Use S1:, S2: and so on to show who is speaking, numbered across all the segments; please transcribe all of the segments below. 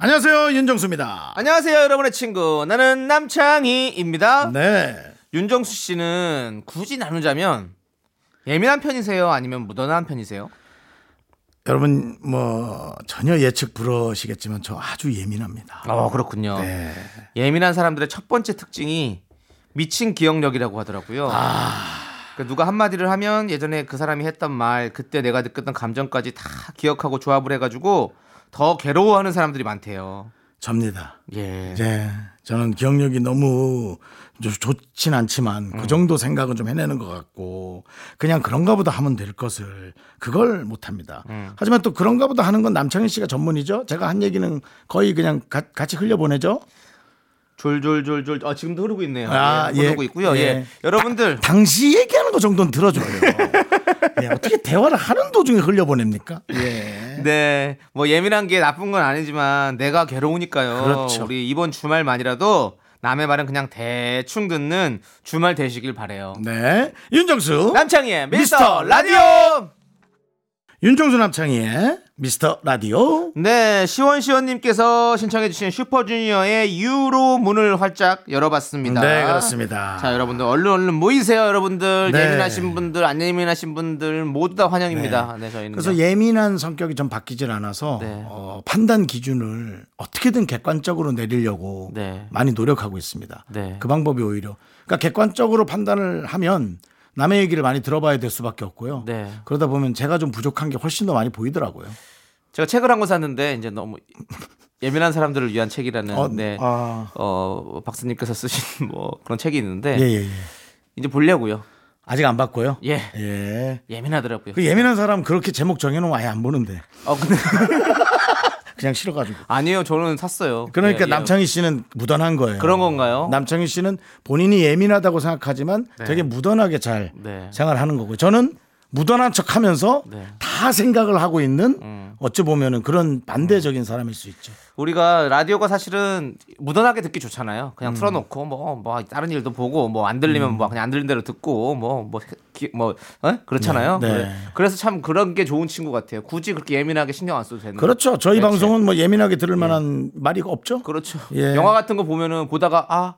S1: 안녕하세요 윤정수입니다.
S2: 안녕하세요, 여러분의 친구. 나는 남창희입니다.
S1: 네.
S2: 윤정수 씨는 굳이 나누자면 예민한 편이세요? 아니면 무던한 편이세요?
S1: 여러분 뭐 전혀 예측 불허시겠지만 저 아주 예민합니다.
S2: 어, 그렇군요.
S1: 네.
S2: 예민한 사람들의 첫 번째 특징이 미친 기억력이라고 하더라고요.
S1: 아.
S2: 그러니까 누가 한마디를 하면 예전에 그 사람이 했던 말, 그때 내가 느꼈던 감정까지 다 기억하고 조합을 해가지고 더 괴로워하는 사람들이 많대요.
S1: 접니다.
S2: 예.
S1: 네. 저는 기억력이 너무 좋- 좋진 않지만 그 정도 생각은 좀 해내는 것 같고 그냥 그런가 보다 하면 될 것을 그걸 못합니다. 하지만 또 그런가 보다 하는 건 남창희 씨가 전문이죠. 제가 한 얘기는 거의 그냥 가- 같이 흘려보내죠.
S2: 졸졸졸졸. 아, 지금도 흐르고 있네요.
S1: 아,
S2: 예, 흐르고
S1: 예.
S2: 있고요.
S1: 예.
S2: 예. 여러분들
S1: 당시 얘기하는 거 정도는 들어줘요. 예, 어떻게 대화를 하는 도중에 흘려보냅니까? 예.
S2: 네, 뭐 예민한 게 나쁜 건 아니지만 내가 괴로우니까요.
S1: 그렇죠.
S2: 우리 이번 주말만이라도 남의 말은 그냥 대충 듣는 주말 되시길 바래요.
S1: 네. 윤정수.
S2: 남창희의
S1: 미스터
S2: 미스터 라디오.
S1: 윤정수 남창희의 미스터 라디오.
S2: 네, 시원시원님께서 신청해주신 슈퍼주니어의 유로 문을 활짝 열어봤습니다.
S1: 네, 그렇습니다.
S2: 자, 여러분들 얼른 얼른 모이세요, 여러분들.
S1: 네.
S2: 예민하신 분들, 안 예민하신 분들 모두 다 환영입니다. 네, 저희는
S1: 그래서 예민한 성격이 좀 바뀌질 않아서
S2: 네.
S1: 어, 판단 기준을 어떻게든 객관적으로 내리려고
S2: 네.
S1: 많이 노력하고 있습니다.
S2: 네.
S1: 그 방법이 오히려 그러니까 객관적으로 판단을 하면 남의 얘기를 많이 들어봐야 될 수밖에 없고요.
S2: 네.
S1: 그러다 보면 제가 좀 부족한 게 훨씬 더 많이 보이더라고요.
S2: 제가 책을 한 권 샀는데 이제 너무 예민한 사람들을 위한 책이라는
S1: 어,
S2: 네.
S1: 아.
S2: 어, 박사님께서 쓰신 뭐 그런 책이 있는데
S1: 예, 예, 예.
S2: 이제 보려고요.
S1: 아직 안 봤고요.
S2: 예.
S1: 예.
S2: 예민하더라고요.
S1: 그 예민한 사람 그렇게 제목 정해놓으면 아예 안 보는데
S2: 어, 근데
S1: 그냥 싫어가지고.
S2: 아니에요. 저는 샀어요.
S1: 그러니까
S2: 예, 예.
S1: 남창희 씨는 무던한 거예요.
S2: 그런 건가요?
S1: 남창희 씨는 본인이 예민하다고 생각하지만 되게 무던하게 잘
S2: 네.
S1: 생활하는 거고 저는 무던한 척하면서
S2: 네. 음.
S1: 다 생각을 하고 있는 어찌 보면은 그런 반대적인 사람일 수 있죠.
S2: 우리가 라디오가 사실은 무던하게 듣기 좋잖아요.
S1: 음.
S2: 그냥 틀어놓고 뭐 뭐 다른 일도 보고 뭐 안 들리면 뭐 그냥 안 들린 대로 듣고 뭐 뭐 뭐 그렇잖아요.
S1: 네, 네.
S2: 그래, 서참 그런 게 좋은 친구 같아요. 굳이 그렇게 예민하게 신경 안 써도 되는.
S1: 그렇죠. 저희
S2: 네,
S1: 방송은 뭐 예민하게 들을 만한 말이 없죠.
S2: 그렇죠.
S1: 예.
S2: 영화 같은 거 보면은 보다가 아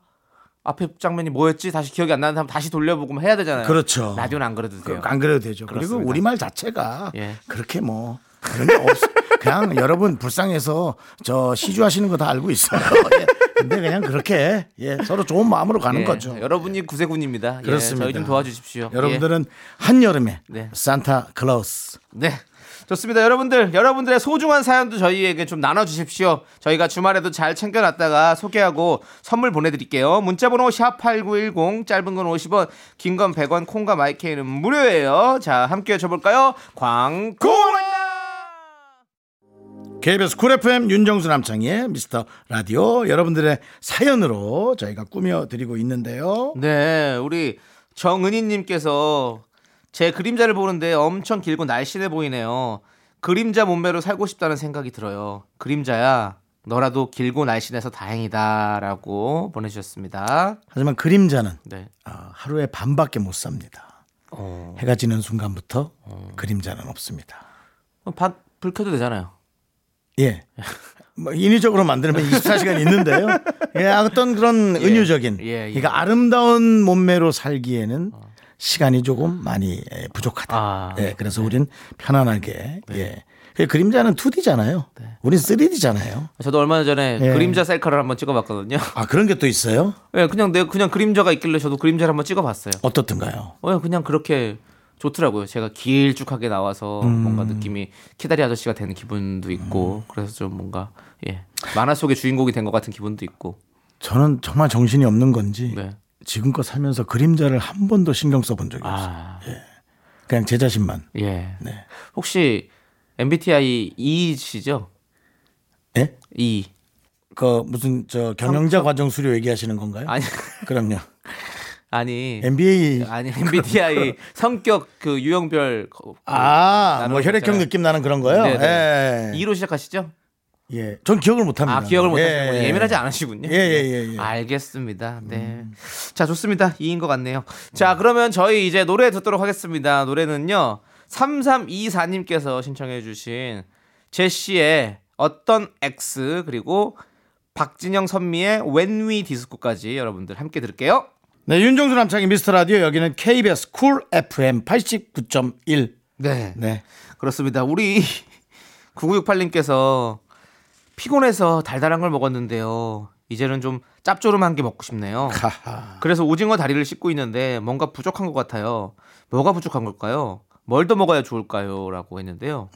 S2: 앞에 장면이 뭐였지 다시 기억이 안 나는 사람 다시 돌려보고 뭐 해야 되잖아요.
S1: 그렇죠.
S2: 라디오는 안 그래도 돼요.
S1: 그- 안 그래도 되죠. 그리고
S2: 그렇습니다.
S1: 우리 말 자체가
S2: 예.
S1: 그렇게 뭐 그런 게 없어. 그냥 여러분 불쌍해서 저 시주하시는 거 다 알고 있어요. 예. 근데 그냥 그렇게 예, 서로 좋은 마음으로 가는
S2: 예,
S1: 거죠.
S2: 여러분이 구세군입니다. 예,
S1: 그렇습니다.
S2: 저희 좀 도와주십시오.
S1: 여러분들은 한여름에
S2: 네.
S1: 산타 클라우스
S2: 예. 네. 좋습니다. 여러분들, 여러분들의 소중한 사연도 저희에게 좀 나눠주십시오. 저희가 주말에도 잘 챙겨놨다가 소개하고 선물 보내드릴게요. 문자번호 샵8910, 짧은 건 50원, 긴 건 100원, 콩과 마이케이는 무료예요. 자, 함께 해줘볼까요? 광고라!
S1: KBS 쿨 FM 윤정수 남창희의 미스터 라디오 여러분들의 사연으로 저희가 꾸며드리고 있는데요
S2: 네, 우리 정은희님께서 제 그림자를 보는데 엄청 길고 날씬해 보이네요. 그림자 몸매로 살고 싶다는 생각이 들어요. 그림자야, 너라도 길고 날씬해서 다행이다라고 보내주셨습니다.
S1: 하지만 그림자는
S2: 네.
S1: 아, 하루에 반밖에 못 삽니다
S2: 어,
S1: 해가 지는 순간부터 그림자는 없습니다
S2: 어, 밥불 켜도 되잖아요.
S1: 예. 뭐 인위적으로 만들면 24시간 있는데요. 예, 어떤 그런 은유적인,
S2: 예, 예. 어.
S1: 그러니까 아름다운 몸매로 살기에는 시간이 조금 많이 예, 부족하다.
S2: 아, 네.
S1: 예, 그래서 우린 편안하게 예. 그 그림자는 2D잖아요. 우린 3D잖아요.
S2: 저도 얼마 전에
S1: 예.
S2: 그림자 셀카를 한번 찍어봤거든요.
S1: 아 그런 게 또 있어요?
S2: 예, 그냥 내 그냥 그림자가 있길래 저도 그림자를 한번 찍어봤어요.
S1: 어떻든가요?
S2: 어, 그냥 그렇게 좋더라고요. 제가 길쭉하게 나와서 뭔가 느낌이 키다리 아저씨가 되는 기분도 있고 그래서 좀 뭔가 예 만화 속의 주인공이 된 것 같은 기분도 있고
S1: 저는 정말 정신이 없는 건지
S2: 네.
S1: 지금껏 살면서 그림자를 한 번도 신경 써본 적이 없어요.
S2: 아
S1: 그냥 제 자신만.
S2: 예. 혹시 MBTI E시죠?
S1: 예?
S2: E
S1: 그 무슨 저 경영자 과정 수료 얘기하시는 건가요?
S2: 아니 예.
S1: 그럼요.
S2: 아니
S1: MBA
S2: 아니 MBTI 성격 그 유형별 거-
S1: 아,
S2: 나누는
S1: 뭐
S2: 거
S1: 혈액형
S2: 있잖아요.
S1: 느낌 나는 그런 거요?
S2: 네,
S1: 예.
S2: 네. 2로 시작하시죠?
S1: 예. 전 기억을 못 합니다.
S2: 아 기억을 못
S1: 예.
S2: 하시는 예. 예민하지 않으시군요. 아.
S1: 예, 예, 예, 예.
S2: 알겠습니다. 네. 자, 좋습니다. 2인 것 같네요. 자, 그러면 저희 이제 노래 듣도록 하겠습니다. 노래는요. 3324님께서 신청해 주신 제시의 어떤 X 그리고 박진영 선미의 When We Disco까지 여러분들 함께 들을게요.
S1: 네, 윤종수 남창의 미스터 라디오 여기는 KBS 쿨 FM 89.1.
S2: 네.
S1: 네.
S2: 그렇습니다. 우리 9968님께서 피곤해서 달달한 걸 먹었는데요. 이제는 좀 짭조름한 게 먹고 싶네요.
S1: 하하.
S2: 그래서 오징어 다리를 씻고 있는데 뭔가 부족한 것 같아요. 뭐가 부족한 걸까요? 뭘 더 먹어야 좋을까요? 라고 했는데요.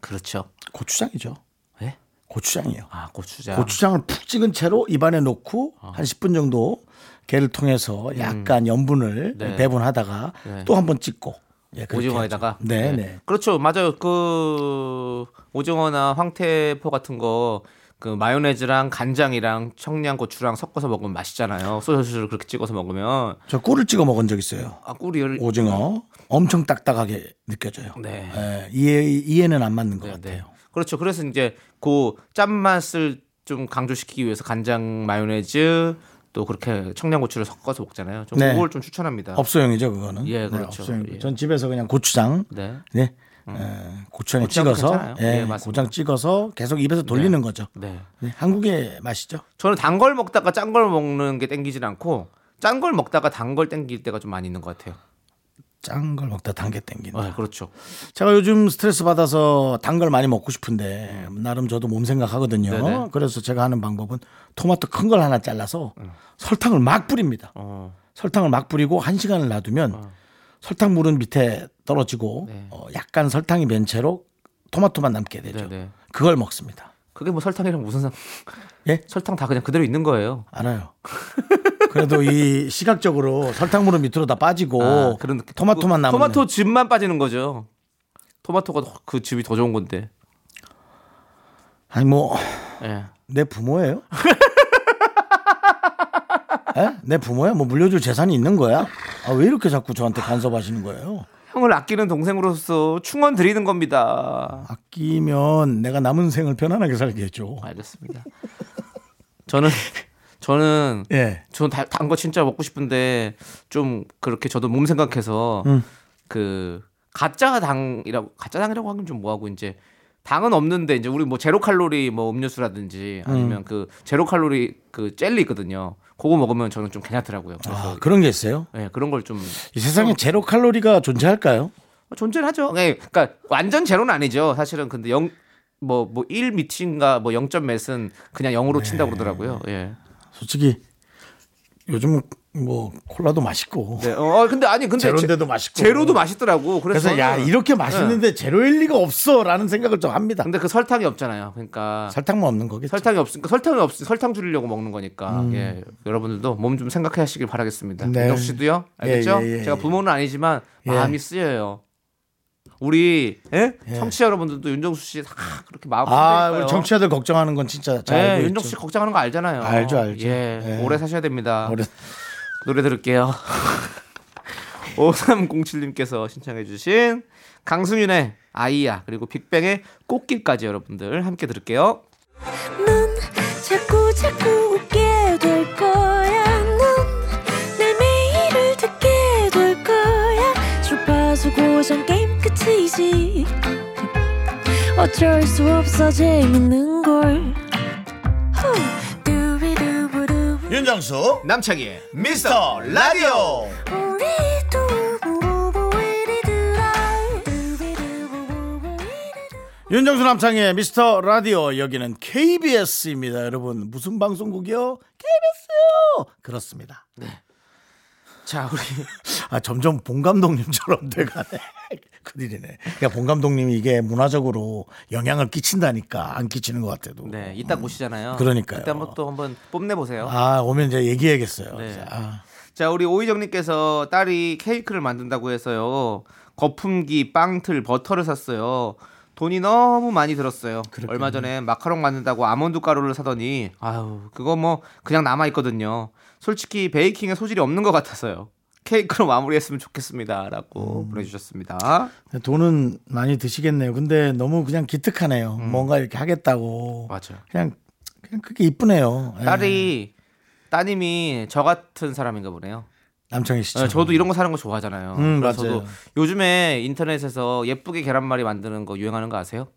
S2: 그렇죠.
S1: 고추장이죠.
S2: 예?
S1: 고추장이요.
S2: 아, 고추장.
S1: 고추장을 푹 찍은 채로 입안에 넣고
S2: 어.
S1: 한 10분 정도 개를 통해서 약간 염분을
S2: 음. 네.
S1: 배분하다가
S2: 네.
S1: 또 한 번 찍고 예, 그렇게
S2: 오징어에다가.
S1: 하죠. 네, 네.
S2: 그렇죠. 맞아요. 그 오징어나 황태포 같은 거 그 마요네즈랑 간장이랑 청양고추랑 섞어서 먹으면 맛있잖아요. 소스를 그렇게 찍어서 먹으면
S1: 저 꿀을 찍어 먹은 적 있어요.
S2: 아, 꿀이 열...
S1: 오징어 엄청 딱딱하게 느껴져요.
S2: 네.
S1: 예, 이해 이해는 안 맞는 것
S2: 네, 네.
S1: 같아요.
S2: 그렇죠. 그래서 이제 그 짠맛을 좀 강조시키기 위해서 간장 마요네즈 또 그렇게 청양고추를 섞어서 먹잖아요. 좀
S1: 네.
S2: 그걸 좀 추천합니다.
S1: 업소용이죠, 그거는. 네,
S2: 예, 그렇죠.
S1: 업소용.
S2: 예.
S1: 전 집에서 그냥 고추장,
S2: 네.
S1: 네, 예, 고추장에
S2: 고추장도
S1: 찍어서,
S2: 괜찮아요.
S1: 예,
S2: 예, 맞습니다.
S1: 고장 찍어서 계속 입에서 돌리는 거죠.
S2: 네.
S1: 네, 한국의 맛이죠.
S2: 저는 단 걸 먹다가 짠 걸 먹는 게 땡기진 않고 짠 걸 먹다가 단 걸 땡길 때가 좀 많이 있는 것 같아요.
S1: 짠 걸 먹다 단 게 땡긴다.
S2: 네, 그렇죠.
S1: 제가 요즘 스트레스 받아서 단 걸 많이 먹고 싶은데 나름 저도 몸 생각하거든요.
S2: 음. 네네.
S1: 그래서 제가 하는 방법은 토마토 큰 걸 하나 잘라서
S2: 음.
S1: 설탕을 막 뿌립니다.
S2: 어.
S1: 설탕을 막 뿌리고 한 시간을 놔두면 설탕 물은 밑에 떨어지고
S2: 아. 네.
S1: 어, 약간 설탕이 맨 채로 토마토만 남게 되죠.
S2: 네, 네.
S1: 그걸 먹습니다.
S2: 그게 뭐 설탕이랑 무슨 상
S1: 예?
S2: 설탕 다 그냥 그대로 있는 거예요.
S1: 알아요. 그래도 이 시각적으로 설탕물은 밑으로 다 빠지고
S2: 아, 그런 느낌.
S1: 토마토만
S2: 그
S1: 남는
S2: 토마토 즙만 빠지는 거죠. 토마토가 더- 그 즙이 더 좋은 건데.
S1: 아니 뭐 내
S2: 예.
S1: 부모예요? 에? 내 부모야? 뭐 물려줄 재산이 있는 거야? 아, 왜 이렇게 자꾸 저한테 간섭하시는 거예요?
S2: 형을 아끼는 동생으로서 충원 드리는 겁니다.
S1: 아끼면 내가 남은 생을 편안하게 살게 해줘.
S2: 아. 알겠습니다. 저는 저는
S1: 예.
S2: 저단거 진짜 먹고 싶은데 좀 그렇게 저도 몸 생각해서 그 가짜 당이라고 가짜 당이라고 하긴 좀 뭐하고 이제 당은 없는데 이제 우리 뭐 제로 칼로리 뭐 음료수라든지 아니면 그 제로 칼로리 그 젤리 있거든요. 그거 먹으면 저는 좀 괜찮더라고요. 그래서
S1: 아, 그런 게 있어요?
S2: 예, 그런 걸좀
S1: 이 세상에 제로 칼로리가 어, 존재할까요?
S2: 존재를 하죠. 예, 그러니까 완전 제로는 아니죠. 사실은 근데 영 뭐뭐1 미친가 뭐 0점 몇은 그냥
S1: 네.
S2: 0으로 친다고 그러더라고요. 예.
S1: 솔직히 요즘은 뭐 콜라도 맛있고
S2: 네. 어 어, 근데 아니 근데
S1: 제로인데도
S2: 제-
S1: 맛있고.
S2: 제로도 맛있더라고. 그래서, 네.
S1: 그래서 야
S2: 저는-
S1: 이렇게 맛있는데 제로일 리가 없어라는 생각을 좀 합니다.
S2: 근데 그 설탕이 없잖아요. 그러니까
S1: 설탕만 없는 거겠죠.
S2: 설탕이 없으니까 그러니까 설탕이 없 설탕 줄이려고 먹는 거니까. 예. 여러분들도 몸 좀 생각해 하시길 바라겠습니다.
S1: 음. 네.
S2: 민혁 씨도요. 알겠죠?
S1: 예, 예, 예,
S2: 제가
S1: 예.
S2: 부모는 아니지만 마음이 쓰여요. 우리 예? 청취자 여러분들도 윤정수 씨 아, 그렇게
S1: 아
S2: 마음 쓰니까요.
S1: 우리 정치자들 걱정하는 건 진짜 잘
S2: 예,
S1: 알고
S2: 윤정
S1: 있죠.
S2: 씨 걱정하는 거 알잖아요.
S1: 알죠, 알죠.
S2: 예,
S1: 예.
S2: 오래 사셔야 됩니다.
S1: 우리
S2: 노래 들을게요. 5307님께서 신청해주신 강승윤의 아이야 그리고 빅뱅의 꽃길까지 여러분들 함께 들을게요.
S3: 넌 자꾸 자꾸 웃게 될 거야. 넌내 매일을 듣게 될 거야. 주파수 고정 게임 끝이지. 어쩔 수 없어 재밌는 걸. 후. 두비두부두.
S4: 윤정수
S2: 남창희의
S4: 미스터 라디오
S3: 우리 두부부부 우리들아. 두비두부부부 우리들아.
S1: 윤정수 남창의 미스터 라디오 여기는 KBS입니다. 여러분 무슨 방송국이요? KBS요. 그렇습니다.
S2: 자 우리
S1: 아 점점 본 감독님처럼 돼가네. 큰일이네. 그러니까 본 감독님이 이게 문화적으로 영향을 끼친다니까 안 끼치는 것 같아도.
S2: 네 이따 오시잖아요.
S1: 음, 그러니까요.
S2: 이따 한번 또 한번 뽐내 보세요.
S1: 아 오면 이제 얘기해야겠어요.
S2: 네.
S1: 아.
S2: 자 우리 오희정님께서 딸이 케이크를 만든다고 해서요. 거품기, 빵틀, 버터를 샀어요. 돈이 너무 많이 들었어요.
S1: 그렇군요.
S2: 얼마 전에 마카롱 만든다고 아몬드 가루를 사더니 아유 그거 뭐 그냥 남아 있거든요. 솔직히 베이킹에 소질이 없는 것 같아서요. 케이크로 마무리했으면 좋겠습니다라고
S1: 음.
S2: 보내주셨습니다.
S1: 돈은 많이 드시겠네요. 근데 너무 그냥 기특하네요. 뭔가 이렇게 하겠다고.
S2: 음. 맞아요.
S1: 그냥 그냥 그게 이쁘네요. 예.
S2: 딸이 따님이 저 같은 사람인가 보네요.
S1: 남창희 씨.
S2: 네, 저도 이런 거 사는 거 좋아하잖아요.
S1: 음,
S2: 그래서 저도
S1: 맞아요.
S2: 요즘에 인터넷에서 예쁘게 계란말이 만드는 거 유행하는 거 아세요?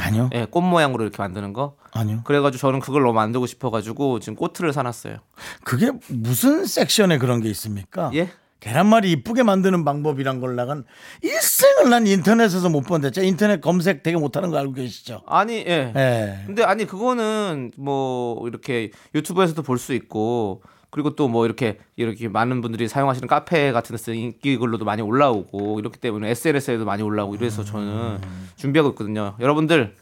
S1: 아니요.
S2: 예, 꽃 모양으로 이렇게 만드는 거.
S1: 아니요.
S2: 그래가지고 저는 그걸 너무 만들고 싶어가지고 지금 꼬트를 사놨어요.
S1: 그게 무슨 섹션에 그런 게 있습니까?
S2: 예?
S1: 계란말이 이쁘게 만드는 방법이란 걸 나간 일생을 난 인터넷에서 못 본데 제 인터넷 검색 되게 못하는 거 알고 계시죠?
S2: 아니, 예.
S1: 예.
S2: 근데 아니 그거는 뭐 이렇게 유튜브에서도 볼 수 있고 그리고 또 뭐 이렇게 이렇게 많은 분들이 사용하시는 카페 같은 데서 인기 글로도 많이 올라오고 이렇기 때문에 SNS에도 많이 올라오고 이래서 저는
S1: 음.
S2: 준비하고 있거든요. 여러분들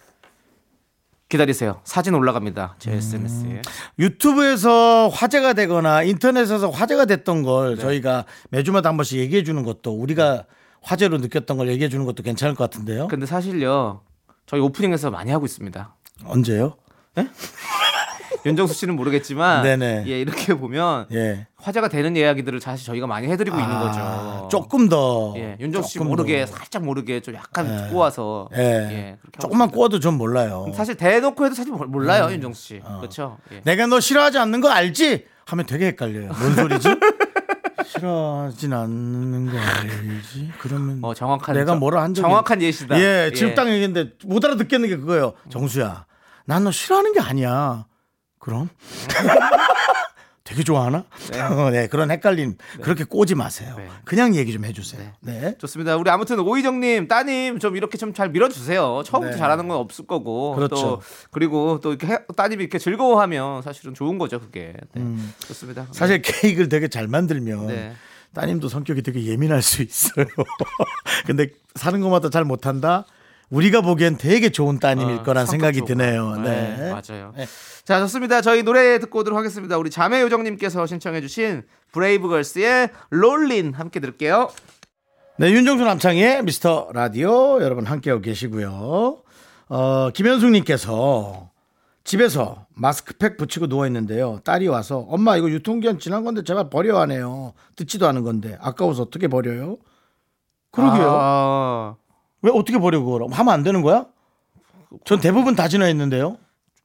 S2: 기다리세요. 사진 올라갑니다.
S1: 음.
S2: 제 SNS에.
S1: 유튜브에서 화제가 되거나 인터넷에서 화제가 됐던 걸
S2: 네.
S1: 저희가 매주마다 한 번씩 얘기해 주는 것도 우리가 화제로 느꼈던 걸 얘기해 주는 것도 괜찮을 것 같은데요.
S2: 근데 사실요. 저희 오프닝에서 많이 하고 있습니다.
S1: 언제요?
S2: 윤정수 씨는 모르겠지만
S1: 네네.
S2: 예, 이렇게 보면
S1: 예.
S2: 화제가 되는 이야기들을 사실 저희가 많이 해드리고 있는
S1: 아,
S2: 거죠.
S1: 조금 더.
S2: 예, 윤정 씨
S1: 어, 조금
S2: 모르게
S1: 더.
S2: 살짝 모르게 좀 약간 꼬아서
S1: 예.
S2: 그렇게 하고
S1: 조금만 음.
S2: 있습니다.
S1: 꼬아도 전 몰라요.
S2: 사실 대놓고 해도 사실 몰라요 윤정수 씨
S1: 어.
S2: 그렇죠 예.
S1: 내가 너 싫어하지 않는 거 알지? 하면 되게 헷갈려요. 뭔 소리지? 싫어하진 않는 거 알지? 그러면
S2: 어, 정확한
S1: 내가
S2: 정-
S1: 뭐라 한 적이
S2: 정확한 예시다.
S1: 예, 지금
S2: 예.
S1: 딱 얘기인데 못 알아듣겠는 게 그거예요. 정수야, 난 너 싫어하는 게 아니야. 그럼 되게 좋아하나? 네, 그런 헷갈림 그렇게 꼬지 마세요.
S2: 네.
S1: 그냥 얘기 좀 해주세요. 네.
S2: 좋습니다 우리 아무튼 오희정님 따님 좀 이렇게 좀 잘 밀어주세요 처음부터
S1: 네.
S2: 잘하는 건 없을 거고
S1: 그렇죠.
S2: 또 그리고 또 이렇게 해- 따님이 이렇게 즐거워하면 사실은 좋은 거죠 그게 네. 좋습니다
S1: 음. 사실 케이크를 되게 잘 만들면
S2: 네.
S1: 따님도 성격이 되게 예민할 수 있어요. 근데 사는 것마다 잘 못한다. 우리가 보기엔 되게 좋은 따님일
S2: 아,
S1: 거란 생각이
S2: 성격적으로.
S1: 드네요. 네.
S2: 네, 맞아요.
S1: 네.
S2: 자 좋습니다. 저희 노래 듣고 오도록 하겠습니다. 우리 자매 요정님께서 신청해주신 브레이브걸스의 롤린 함께 들을게요.
S1: 네, 윤정수 남창희의 미스터 라디오 여러분 함께하고 계시고요. 어, 김현숙님께서 집에서 마스크팩 붙이고 누워있는데요. 딸이 와서 엄마 이거 유통기한 지난 건데 제발 버려 하네요. 듣지도 않은 건데 아까워서 어떻게 버려요? 그러게요.
S2: 아,
S1: 왜 어떻게 버려 그걸? 하면 안 되는 거야? 전 대부분 다 지나했는데요.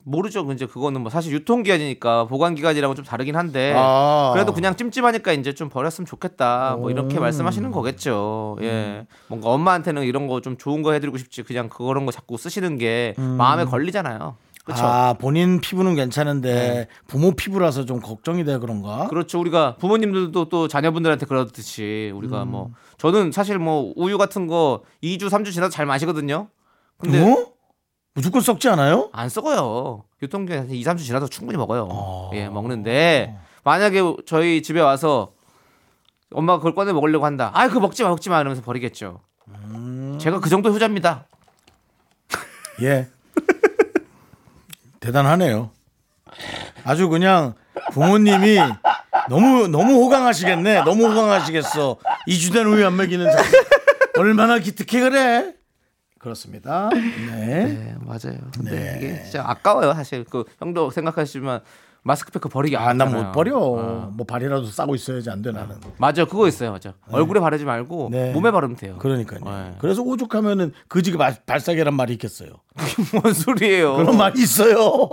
S2: 모르죠. 이제 그거는 뭐 사실 유통기한이니까 보관기간이랑은 좀 다르긴 한데
S1: 아.
S2: 그래도 그냥 찜찜하니까 이제 좀 버렸으면 좋겠다. 뭐 이렇게 말씀하시는
S1: 음.
S2: 거겠죠. 예, 뭔가 엄마한테는 이런 거 좀 좋은 거 해드리고 싶지 그냥 그런 거 자꾸 쓰시는 게 마음에 걸리잖아요. 그렇죠.
S1: 아 본인 피부는 괜찮은데 부모 피부라서 좀 걱정이 돼 그런가?
S2: 네. 그렇죠. 우리가 부모님들도 또 자녀분들한테 그러듯이 우리가 뭐 저는 사실 뭐 우유 같은 거 2주 3주 지나서 잘 마시거든요. 근데
S1: 어? 무조건 썩지 않아요?
S2: 안 썩어요. 유통기한 한 2, 3주 지나서 충분히 먹어요. 예, 먹는데 만약에 저희 집에 와서 엄마가 그걸 꺼내 먹으려고 한다. 아, 그거 먹지 마, 먹지 마 이러면서 버리겠죠. 제가 그 정도 효자입니다.
S1: 예. 대단하네요. 아주 그냥 부모님이 너무 너무 호강하시겠네. 너무 호강하시겠어. 이주된 우유 안 먹이는 자식. 얼마나 기특해 그래? 그렇습니다. 네.
S2: 네, 맞아요. 근데 이게 진짜 아까워요, 사실. 그 형도 생각하시지만 마스크팩 그 버리기
S1: 아, 난
S2: 아깝잖아요.
S1: 못 버려. 뭐 발이라도 싸고 있어야지 안 돼 나는.
S2: 맞아 그거 있어요 맞아 얼굴에 바르지 말고
S1: 네.
S2: 몸에 바르면 돼요
S1: 그러니까요.
S2: 네.
S1: 그래서 오죽하면은 그지가 발- 발사계란 말이 있겠어요.
S2: 뭔 소리예요
S1: 그런 말이 있어요.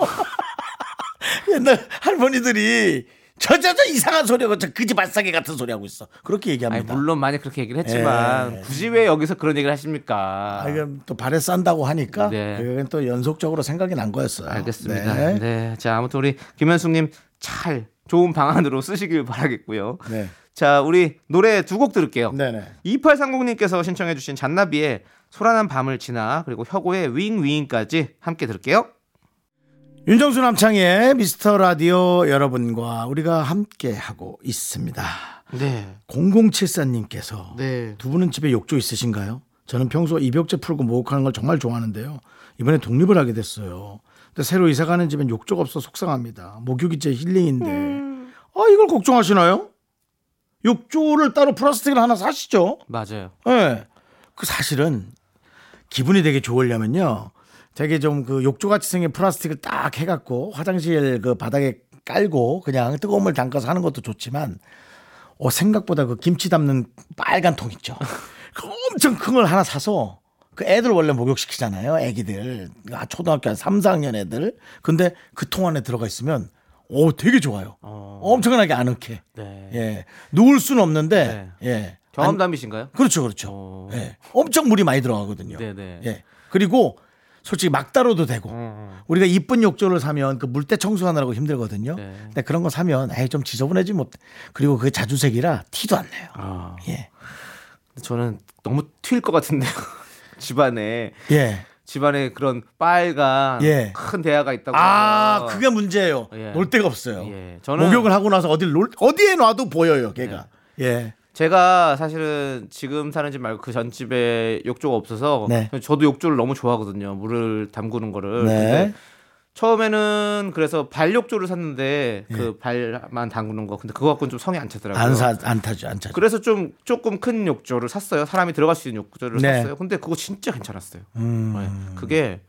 S1: 옛날 할머니들이 저저저 이상한 소리하고 저 그지 발사계 같은 소리 하고 있어. 그렇게
S2: 아니,
S1: 얘기합니다.
S2: 물론 많이 그렇게 얘기를 했지만
S1: 예.
S2: 굳이 왜 여기서 그런 얘기를 하십니까
S1: 아, 이건 또 발에 싼다고 하니까
S2: 네.
S1: 그건 또 연속적으로 생각이 난 거였어요.
S2: 알겠습니다
S1: 네.
S2: 네자 아무튼 우리 김현숙님 잘 좋은 방안으로 쓰시길 바라겠고요
S1: 네.
S2: 자 우리 노래 두 곡 들을게요
S1: 네네.
S2: 2830님께서 신청해주신 잔나비의 소란한 밤을 지나 그리고 혁오의 윙윙까지 함께 들을게요
S1: 윤정수 남창의 미스터 라디오 여러분과 우리가 함께 하고 있습니다.
S2: 네
S1: 0074님께서
S2: 네.
S1: 두 분은 집에 욕조 있으신가요? 저는 평소 입욕제 풀고 목욕하는 걸 정말 좋아하는데요. 이번에 독립을 하게 됐어요. 근데 새로 이사 가는 집엔 욕조가 없어 속상합니다. 목욕이 제 힐링인데. 아, 이걸 걱정하시나요? 욕조를 따로 플라스틱을 하나 사시죠?
S2: 맞아요
S1: 예. 그 사실은 기분이 되게 좋으려면요. 되게 좀 그 욕조같이 생긴 플라스틱을 딱 해갖고 화장실 그 바닥에 깔고 그냥 뜨거운 물 담가서 하는 것도 좋지만 어, 생각보다 그 김치 담는 빨간 통 있죠. 그 엄청 큰 걸 하나 사서 그 애들 원래 목욕시키잖아요. 애기들. 아, 초등학교 한 3, 4학년 애들. 근데 그 통 안에 들어가 있으면 오, 되게 좋아요. 엄청나게 아늑해.
S2: 네.
S1: 예. 누울 수는 없는데 예.
S2: 경험담이신가요?
S1: 그렇죠, 그렇죠.
S2: 어.
S1: 예. 엄청 물이 많이 들어가거든요.
S2: 네네. 음, 어.
S1: 예. 그리고 솔직히 막 따로도 되고 우리가 이쁜 욕조를 사면 그 물때 청소하느라고 힘들거든요.
S2: 네.
S1: 근데 그런 거 사면 아예 좀 지저분해지 못. 그리고 그게 자주색이라 티도 안 나요.
S2: 아,
S1: 예.
S2: 저는 너무 튈 것 같은데요. 집안에
S1: 예.
S2: 집안에 그런 빨간
S1: 예.
S2: 큰 대야가 있다고.
S1: 아,
S2: 해서
S1: 그게 문제예요.
S2: 어. 예.
S1: 놀 데가 없어요.
S2: 예. 저는- 네.
S1: 목욕을 하고 나서 어디 놀 어디에 놔도 보여요, 걔가. 예.
S2: 제가 사실은 지금 사는 집 말고 그 전 집에 욕조가 없어서
S1: 네.
S2: 저도 욕조를 너무 좋아하거든요. 물을 담그는 거를.
S1: 네.
S2: 근데 처음에는 그래서 발욕조를 샀는데 그 발만 담그는 거. 근데 그거 갖고는 좀 성이 안 차더라고요.
S1: 예. 안 사 안 타죠. 안 타죠.
S2: 그래서 좀 조금 큰 욕조를 샀어요. 사람이 들어갈 수 있는 욕조를
S1: 네. 음.
S2: 샀어요. 근데 그거 진짜 괜찮았어요. 네. 그게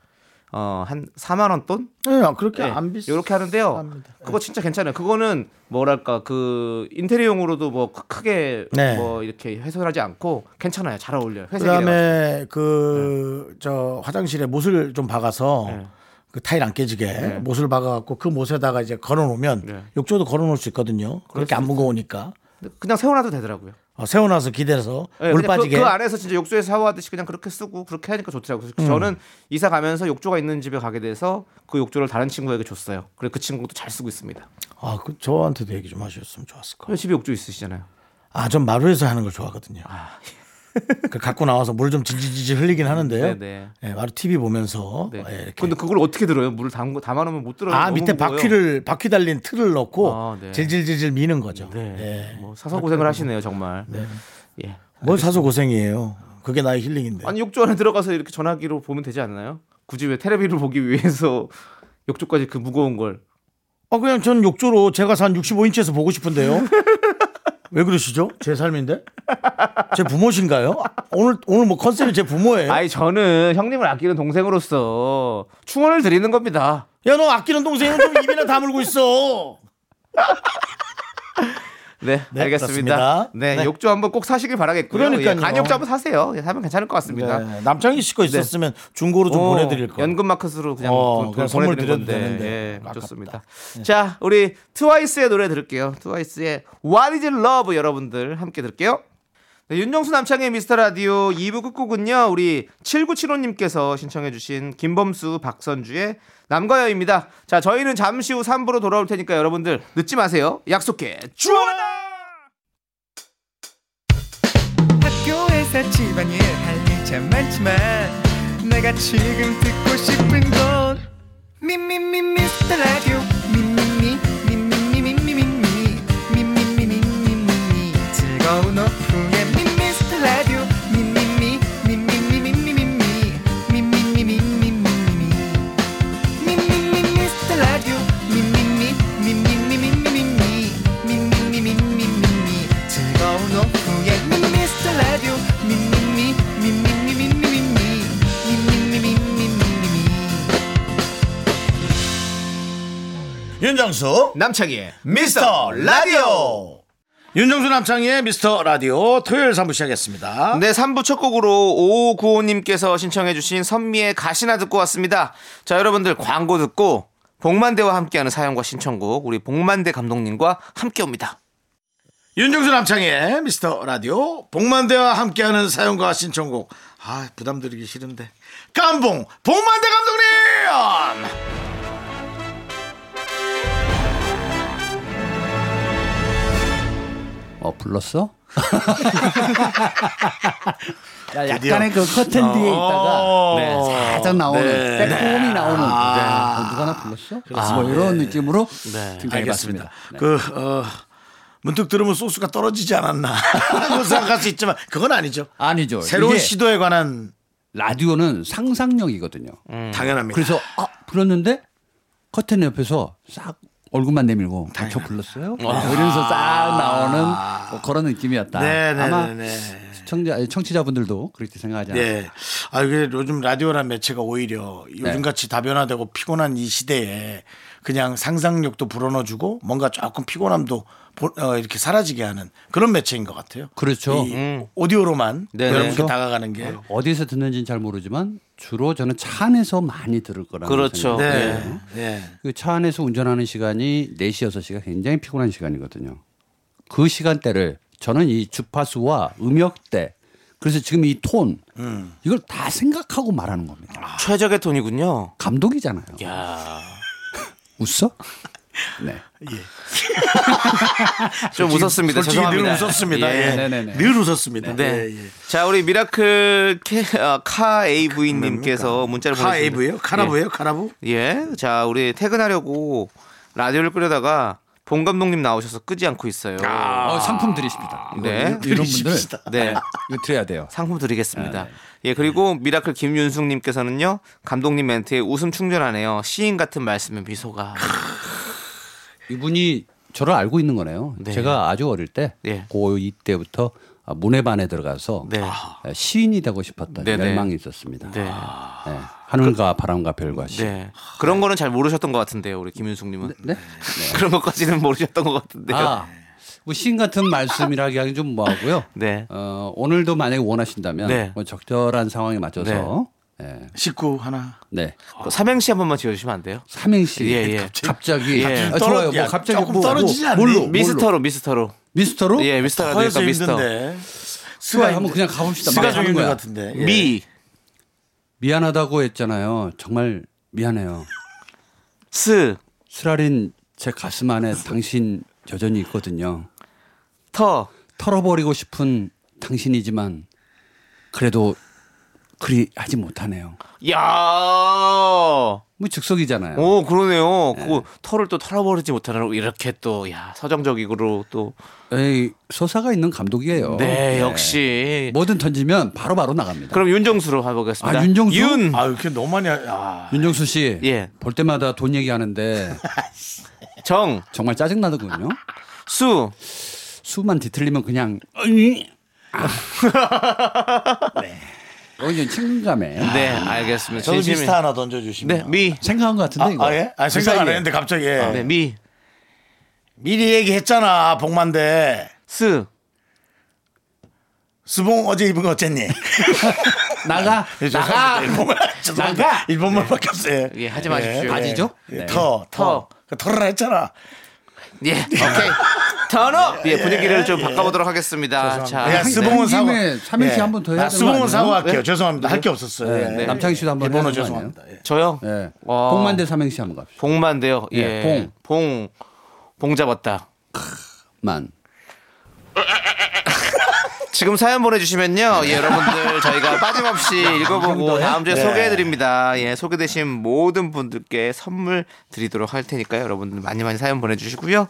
S2: 어, 한 4만 원 돈?
S1: 예, 그렇게 안 비싸.
S2: 이렇게 네. 하는데요.
S1: 합니다.
S2: 그거 진짜 괜찮아요. 그거는 뭐랄까 그 인테리어용으로도 뭐 크- 크게
S1: 네.
S2: 뭐 이렇게 훼손하지 않고 괜찮아요. 잘 어울려요. 회색이라.
S1: 그다음에 그 저 화장실에 못을 좀 박아서
S2: 네.
S1: 그 타일 안 깨지게 못을 박아갖고 그 못에다가 이제 걸어놓으면
S2: 네.
S1: 욕조도 걸어놓을 수 있거든요. 그렇게 안 무거우니까
S2: 그냥 세워놔도 되더라고요.
S1: 어, 세워놔서 기대서
S2: 네,
S1: 물
S2: 그냥 그-
S1: 빠지게.
S2: 그, 안에서 진짜 욕조에서 샤워하듯이 그냥 그렇게 쓰고 그렇게 하니까 좋더라고요.
S1: 음.
S2: 그래서 저는 이사 가면서 욕조가 있는 집에 가게 돼서 그 욕조를 다른 친구에게 줬어요. 그래 그 친구도 잘 쓰고 있습니다.
S1: 아, 그 저한테도 얘기 좀 하셨으면 좋았을 거.
S2: 그 집에 욕조 있으시잖아요.
S1: 아, 전 마루에서 하는 걸 좋아하거든요. 그 갖고 나와서 물 좀 질질질질 흘리긴 하는데요.
S2: 네, 네.
S1: 예, 마루 TV 보면서
S2: 네.
S1: 예, 이렇게.
S2: 근데 그걸 어떻게 들어요? 물을 담고 담아놓으면 못 들어요.
S1: 아
S2: 너무
S1: 밑에
S2: 무거워요.
S1: 바퀴를 바퀴 달린 틀을 넣고
S2: 아, 네.
S1: 질질질질 미는 거죠.
S2: 네.
S1: 예.
S2: 뭐 사서 고생을 하시네요 정말. 예.
S1: 뭘 사서 고생이에요. 그게 나의 힐링인데.
S2: 아니 욕조 안에 들어가서 이렇게 전화기로 보면 되지 않나요? 굳이 왜 테레비를 보기 위해서 욕조까지 그 무거운 걸.
S1: 아 그냥 전 욕조로 제가 산 65인치에서 보고 싶은데요. 왜 그러시죠? 제 삶인데? 제 부모신가요? 오늘 오늘 뭐 컨셉이 제 부모예요.
S2: 아니 저는 형님을 아끼는 동생으로서 충원을 드리는 겁니다.
S1: 야 너 아끼는 동생은 좀 입이나 다물고 있어.
S2: 네,
S1: 네,
S2: 알겠습니다.
S1: 그렇습니다.
S2: 네,
S1: 네.
S2: 욕조 한번 꼭 사시길 바라겠고요.
S1: 그러니까요.
S2: 예, 간욕조 한번 사세요. 예, 사면 괜찮을 것 같습니다.
S1: 네, 남창희 씨거 있었으면 중고로 좀
S2: 어,
S1: 보내드릴 거.
S2: 연금 마크스로 그냥,
S1: 어,
S2: 돈- 돈
S1: 그냥 선물
S2: 보내드린
S1: 드려도 되는데.
S2: 예,
S1: 아깝다.
S2: 좋습니다. 자, 우리 트와이스의 노래 들을게요. 트와이스의 What is Love 여러분들 함께 들을게요. 네, 윤정수 남창의 미스터 라디오 2부 끝곡은요. 우리 7975님께서 신청해 주신 김범수 박선주의 남과 여입니다. 자, 저희는 잠시 후 3부로 돌아올 테니까 여러분들 늦지 마세요. 약속해. 주원아!
S5: 학교에서 집안일 할 일 참 많지만 내가 지금 듣고 싶은 건 미미미 미스터 라디오 미미미 미미미 미미미 미미미 미미미 즐거운 오후에 미스터 라디오 미미미 미미미 미미미 미미미 미미미
S4: 윤정수
S2: 남창희의
S4: 미스터 라디오
S1: 윤정수 남창희의 미스터 라디오 토요일 3부 시작했습니다.
S2: 네, 3부 첫 곡으로 5595님께서 신청해주신 선미의 가시나 듣고 왔습니다. 자, 여러분들 광고 듣고 복만대와 함께하는 사연과 신청곡 우리 복만대 감독님과 함께 옵니다.
S1: 윤정수 남창희의 미스터 라디오 복만대와 함께하는 사연과 신청곡. 아 부담드리기 싫은데. 깜봉 복만대 감독님.
S6: 어 불렀어?
S1: 드디어. 어.
S6: 약간의 그 커튼 뒤에 있다가 네, 살짝 나오는
S1: 네.
S6: 빼꼼이 나오는
S1: 아.
S6: 어, 누가 나 불렀어? 뭐 이런 느낌으로
S1: 알겠습니다.
S6: 등장해봤습니다.
S1: 그 어, 문득 들으면 소스가 떨어지지 않았나 하고 생각할 수 있지만 그건 아니죠.
S6: 아니죠.
S1: 새로운
S6: 이게
S1: 시도에 관한
S6: 라디오는 상상력이거든요.
S2: 음,
S1: 당연합니다.
S6: 그래서 아 불렀는데 커튼 옆에서 싹 얼굴만 내밀고 아, 저 불렀어요? 이러면서 싹 나오는 뭐 그런 느낌이었다.
S1: 아. 네, 네,
S6: 아마
S1: 네, 네.
S6: 시청자 아니, 청취자분들도 그렇게 생각하지 않아요.
S1: 예. 아, 이게 요즘 라디오란 매체가 오히려
S6: 네.
S1: 요즘같이 다변화되고 피곤한 이 시대에 그냥 상상력도 불어넣어주고 뭔가 조금 피곤함도 보- 어, 이렇게 사라지게 하는 그런 매체인 것 같아요.
S6: 그렇죠.
S1: 이
S2: 음.
S1: 오디오로만
S2: 네, 네.
S1: 여러분께
S6: 그렇죠.
S1: 다가가는 게.
S6: 어디서 듣는지는 잘 모르지만 주로 저는 차 안에서 많이 들을 거라고
S2: 그렇죠.
S6: 생각해요.
S1: 네. 네.
S6: 그 차 안에서 운전하는 시간이 4시 6시가 굉장히 피곤한 시간이거든요. 그 시간대를 저는 이 주파수와 음역대 그래서 지금 이 톤
S1: 음.
S6: 이걸 다 생각하고 말하는 겁니다.
S1: 아.
S2: 최적의 톤이군요.
S6: 감독이잖아요.
S2: 야.
S6: 웃어? 네.
S1: 아,
S2: 좀 웃었습니다.
S1: 솔직히 늘
S2: 죄송합니다.
S1: 웃었습니다.
S2: 예.
S1: 예.
S6: 네네네.
S1: 늘 웃었습니다.
S2: 네.
S1: 예, 예.
S2: 자, 우리 미라클 캐, 어, 카 AV 님께서 문자를 보내
S1: 아, 카 에이브예요? 카라부예요? 카라부?
S2: 예. 자, 우리 퇴근하려고 라디오를 끄려다가 봉 감독님 나오셔서 끄지 않고 있어요.
S1: 아,
S6: 어, 상품 드리십니다. 이거
S2: 네.
S6: 이런 분들
S1: 드리십시다.
S2: 네.
S6: 이거 드려야 돼요.
S2: 상품 드리겠습니다. 예, 그리고 미라클 김윤숙 님께서는요. 감독님 멘트에 웃음 충전하네요. 시인 같은 말씀에 미소가.
S6: 이분이 저를 알고 있는 거네요.
S2: 네.
S6: 제가 아주 어릴 때
S2: 예.
S6: 고2 때부터 아, 문해반에 들어가서 아,
S2: 네.
S6: 시인이 되고 싶었던
S2: 네네.
S6: 열망이 있었습니다.
S2: 네.
S6: 네. 하늘과 바람과 별과 시.
S2: 네. 그런 거는 잘 모르셨던 것 같은데요, 우리 김윤숙 님은.
S6: 네?
S2: 그런 것까지는 모르셨던 것 같은데요.
S6: 아, 뭐 시인 같은 말씀이라기하기 좀 뭐하고요.
S2: 네.
S6: 어, 오늘도 만약에 원하신다면
S2: 네.
S6: 뭐 적절한 상황에 맞춰서 네.
S1: 19 하나.
S6: 네.
S2: 그 삼행시 한 번만 지어주시면 안 돼요?
S6: 삼행시
S2: 예, 예.
S6: 갑자기
S2: 예.
S6: 아,
S1: 떨어-
S6: 좋아요.
S1: 야,
S6: 뭐 갑자기
S1: 조금
S6: 뭐,
S1: 떨어지지
S6: 뭐,
S1: 않니?
S6: 뭘로?
S2: 미스터로 미스터로.
S6: 미스터로?
S2: 예, 미스터가
S1: 허여서
S2: 되니까 미스터.
S1: 힘든데.
S6: 스가 한번 그냥 가봅시다.
S1: 스가
S6: 막 하는
S1: 중인 것
S6: 거야.
S1: 같은데. 예.
S2: 미.
S6: 미안하다고 했잖아요. 정말 미안해요.
S2: 스.
S6: 쓰라린 제 가슴 안에 당신 여전히 있거든요.
S2: 터.
S6: 털어버리고 싶은 당신이지만 그래도 그리 하지 못하네요.
S2: 야.
S6: 뭐 즉석이잖아요.
S2: 오, 그러네요. 그 털을 또 털어버리지 못하라고 이렇게 또 야, 서정적으로 또.
S6: 에이, 서사가 있는 감독이에요.
S2: 네, 역시.
S6: 뭐든 던지면 바로바로 나갑니다.
S2: 그럼 윤정수로 가보겠습니다.
S6: 아, 윤정수?
S2: 윤.
S1: 아, 이렇게 너무 많이 하- 아.
S6: 윤정수 씨,
S2: 예.
S6: 볼 때마다 돈 얘기하는데
S2: 정.
S6: 정말 짜증나더군요.
S2: 수.
S6: 수만 뒤틀리면 그냥 어, 이제 친근감해.
S2: 네, 알겠습니다.
S1: 저도
S2: 진심이-
S1: 미스터 하나 던져 주시면.
S2: 네, 미.
S6: 생각한 것 같은데 이거.
S1: 아, 예? 아, 생각 안 했는데 갑자기. 예.
S2: 네, 미.
S1: 미리 얘기했잖아, 복만데.
S2: 스.
S1: 수봉 어제 입은 거 어쨌니?
S6: 나가.
S1: 나가!
S2: 네,
S1: 일본말, 죄송합니다.
S6: 나가!
S1: 일본말밖에 없어요.
S2: 예, 하지 마십시오.
S6: 바지죠?
S1: 예,
S6: 네.
S1: 터, 터.
S2: 터.
S1: 그 털어라 했잖아.
S2: 예, 오케이. 턴업! 예, 분위기를 좀 바꿔보도록 하겠습니다.
S1: 야,
S2: 자, 네.
S6: 한-
S1: 수봉은
S6: 한
S1: 사과.
S6: 김에 삼행시 한번더 해야
S1: 아,
S6: 되는 거
S1: 수봉은
S6: 아니에요?
S1: 사과할게요. 죄송합니다. 할 게 없었어요. 예.
S6: 네. 남창희 씨도 한번
S1: 일본어
S6: 해야 되는 거 아니에요?
S1: 죄송합니다. 아. 예.
S2: 저요?
S6: 예.
S2: 와.
S6: 복만대 삼행시 한번 갑시다.
S2: 봉만데요. 예.
S6: 예,
S2: 봉. 봉. 봉 잡았다.
S6: 만.
S2: 지금 사연 보내주시면요. 예, 여러분들 저희가 빠짐없이 읽어보고 다음 주에 네. 소개해드립니다. 예, 소개되신 모든 분들께 선물 드리도록 할 테니까요. 여러분들 많이 많이 사연 보내주시고요.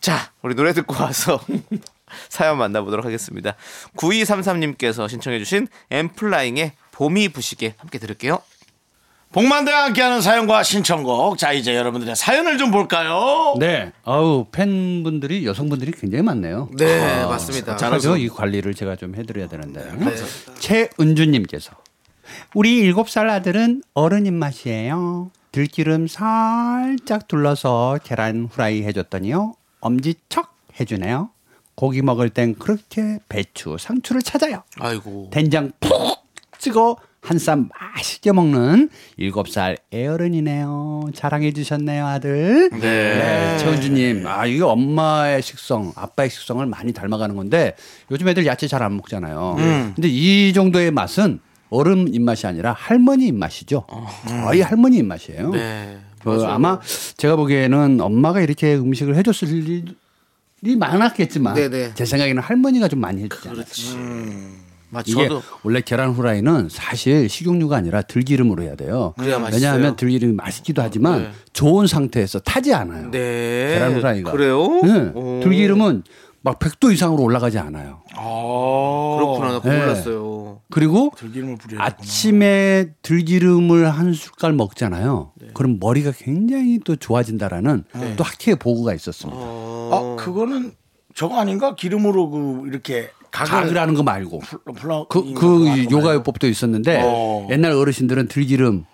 S2: 자, 우리 노래 듣고 와서 사연 만나보도록 하겠습니다. 9233님께서 신청해주신 엠플라잉의 봄이 부시게 함께 들을게요.
S1: 복만대와 함께하는 사연과 신청곡. 자, 이제 여러분들의 사연을 좀 볼까요?
S6: 네. 아우 팬분들이 여성분들이 굉장히 많네요.
S2: 네, 맞습니다. 네,
S6: 잘하죠. 이 관리를 제가 좀 해드려야 되는데. 최은주님께서 우리 일곱 살 아들은 어른 입맛이에요. 들기름 살짝 둘러서 계란 후라이 해줬더니요 엄지척 해주네요. 고기 먹을 땐 그렇게 배추, 상추를 찾아요.
S2: 아이고.
S6: 된장 푹 찍어 한 쌈 맛있게 먹는 일곱 살 애어른이네요. 자랑해 주셨네요, 아들. 네. 최은주님, 아, 이게 엄마의 식성, 아빠의 식성을 많이 닮아가는 건데 요즘 애들 야채 잘 안 먹잖아요. 근데 이 정도의 맛은 어른 입맛이 아니라 할머니 입맛이죠. 거의 할머니 입맛이에요.
S2: 네.
S6: 그 아마 제가 보기에는 엄마가 이렇게 음식을 해줬을 일이 많았겠지만
S2: 네네. 음.
S6: 제 생각에는 할머니가 좀 많이 해주지 않았을까.
S2: 맞
S6: 이게 원래 계란 후라이는 사실 식용유가 아니라 들기름으로 해야 돼요.
S2: 그래야 맛있어요.
S6: 왜냐하면 들기름이 맛있기도 하지만
S2: 네.
S6: 좋은 상태에서 타지 않아요.
S2: 네.
S6: 계란 후라이가.
S2: 그래요?
S6: 네.
S2: 오.
S6: 들기름은 막 100도 이상으로 올라가지 않아요.
S2: 그렇구나. 나 그거
S6: 네.
S2: 몰랐어요.
S6: 그리고
S1: 어. 들기름을 뿌려야
S6: 아, 아침에 들기름을 한 숟갈 먹잖아요. 그럼 머리가 굉장히 또 좋아진다라는 또 학회의 보고가 있었습니다.
S1: 어, 아, 그거는 저거 아닌가? 기름으로 그 이렇게 각을
S6: 각이라는 거 말고
S1: 플러
S6: 그, 그 요가요법도 있었는데 옛날 어. 어르신들은 들기름을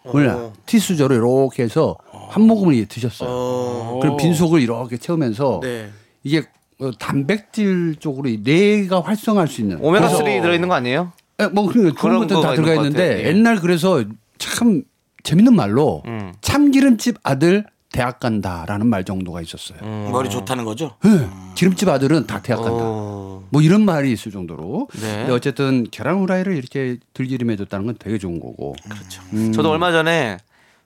S6: 티수저로 이렇게 해서 한 모금을 이렇게 드셨어요. 그럼 빈속을 이렇게 채우면서 이게 어, 단백질 쪽으로 이 뇌가 활성화할 수 있는
S2: 오메가
S6: 그래서
S2: 3 들어있는 거 아니에요?
S6: 예, 뭐 그런, 그런
S2: 그런
S6: 것들 다
S2: 거가
S6: 들어가
S2: 있는 것
S6: 있는데
S2: 같아요. 예.
S6: 옛날 그래서 참 재밌는 말로
S2: 음.
S6: 참기름집 아들 대학 간다라는 말 정도가 있었어요.
S2: 음.
S7: 음. 머리 좋다는 거죠?
S6: 예, 기름집 아들은 다 대학 간다.
S2: 어.
S6: 뭐 이런 말이 있을 정도로.
S2: 네.
S6: 근데 어쨌든 계란 후라이를 이렇게 들기름 해줬다는 건 되게 좋은 거고.
S2: 그렇죠. 저도 얼마 전에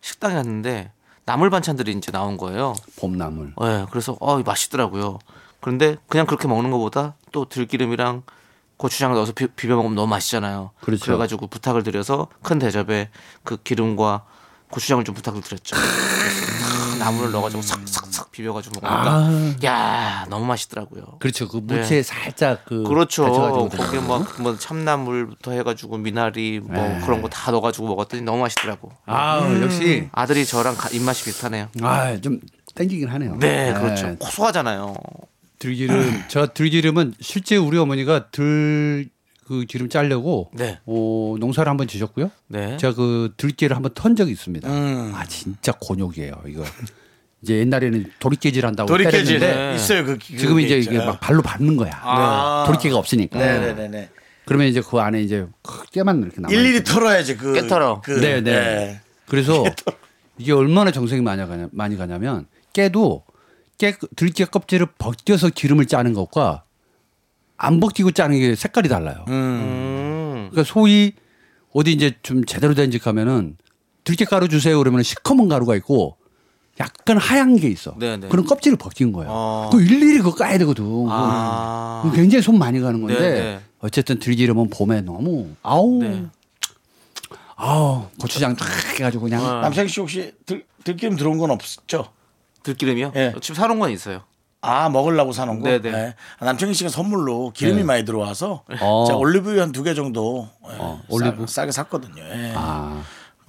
S2: 식당에 갔는데 나물 반찬들이 이제 나온 거예요.
S6: 봄나물.
S2: 예, 그래서 어 맛있더라고요. 그런데 그냥 그렇게 먹는 것보다 또 들기름이랑 고추장을 넣어서 비, 비벼 먹으면 너무 맛있잖아요.
S6: 그렇죠.
S2: 래가지고 부탁을 드려서 큰 대접에 그 기름과 고추장을 좀 부탁을 드렸죠. 그래서 탁 나물을 넣어가지고 싹싹싹 비벼가지고 먹으니까 야 너무 맛있더라고요.
S6: 그러니까 그렇죠. 그
S2: 아. 네.
S6: 무채 살짝 그
S2: 그렇죠.
S6: 데쳐가지고
S2: 거기에
S6: 드시는
S2: 막 뭐 참나물부터 해가지고 미나리 뭐 그런 거 다 넣어가지고 먹었더니 너무 맛있더라고.
S6: 아 역시
S2: 아들이 저랑 가- 입맛이 비슷하네요.
S6: 아 좀 땡기긴 하네요.
S2: 네, 그렇죠.
S6: 예,
S2: 고소하잖아요.
S6: 들기름 저 들기름은 실제 우리 어머니가 들 그 기름 짜려고
S2: 네.
S6: 어, 농사를 한번 지셨고요.
S2: 네.
S6: 제가 그 들깨를 한번 턴 적이 있습니다. 아 진짜 곤욕이에요 이거. 이제 옛날에는 도리깨질 한다고
S1: 돌이켜질
S6: 때렸는데
S1: 네. 있어요. 그 그게
S6: 지금 이제
S1: 있죠.
S6: 이게 막 발로 밟는 거야. 도리깨가 없으니까.
S4: 네네네네.
S6: 그러면 이제 그 안에 이제 깨만 이렇게 남아.
S4: 일일이 털어야지 그.
S2: 깨털어.
S4: 그,
S6: 네네.
S4: 네.
S6: 그래서 예. 이게 얼마나 정성이 많이 가냐 많이 가냐면 깨도 깨 들깨 껍질을 벗겨서 기름을 짜는 것과 안 벗기고 짜는 게 색깔이 달라요.
S2: 음.
S6: 그러니까 소위 어디 이제 좀 제대로 된 집 가면은 들깨 가루 주세요 그러면 시커먼 가루가 있고 약간 하얀 게 있어.
S2: 네네.
S6: 그런 껍질을 벗긴 거예요. 그 일일이 그거 까야 되거든.
S2: 아.
S6: 그거 굉장히 손 많이 가는 건데
S2: 네네. 네.
S6: 어쨌든 들기름은 봄에 너무 아우 아우 고추장 쫙 해가지고 그냥
S2: 아.
S1: 남창희 씨 혹시 들, 들기름 들어온 건 없죠?
S2: 들기름이요?
S1: 예.
S2: 집 사놓은 건 있어요.
S1: 아 먹으려고 사놓은 거.
S2: 네네.
S1: 네. 아, 남창희 씨가 선물로 기름이 많이 들어와서
S6: 네. 어.
S1: 제가 올리브유 한 두 개 정도 예,
S6: 올리브.
S1: 싸, 게 샀거든요. 예.
S6: 아,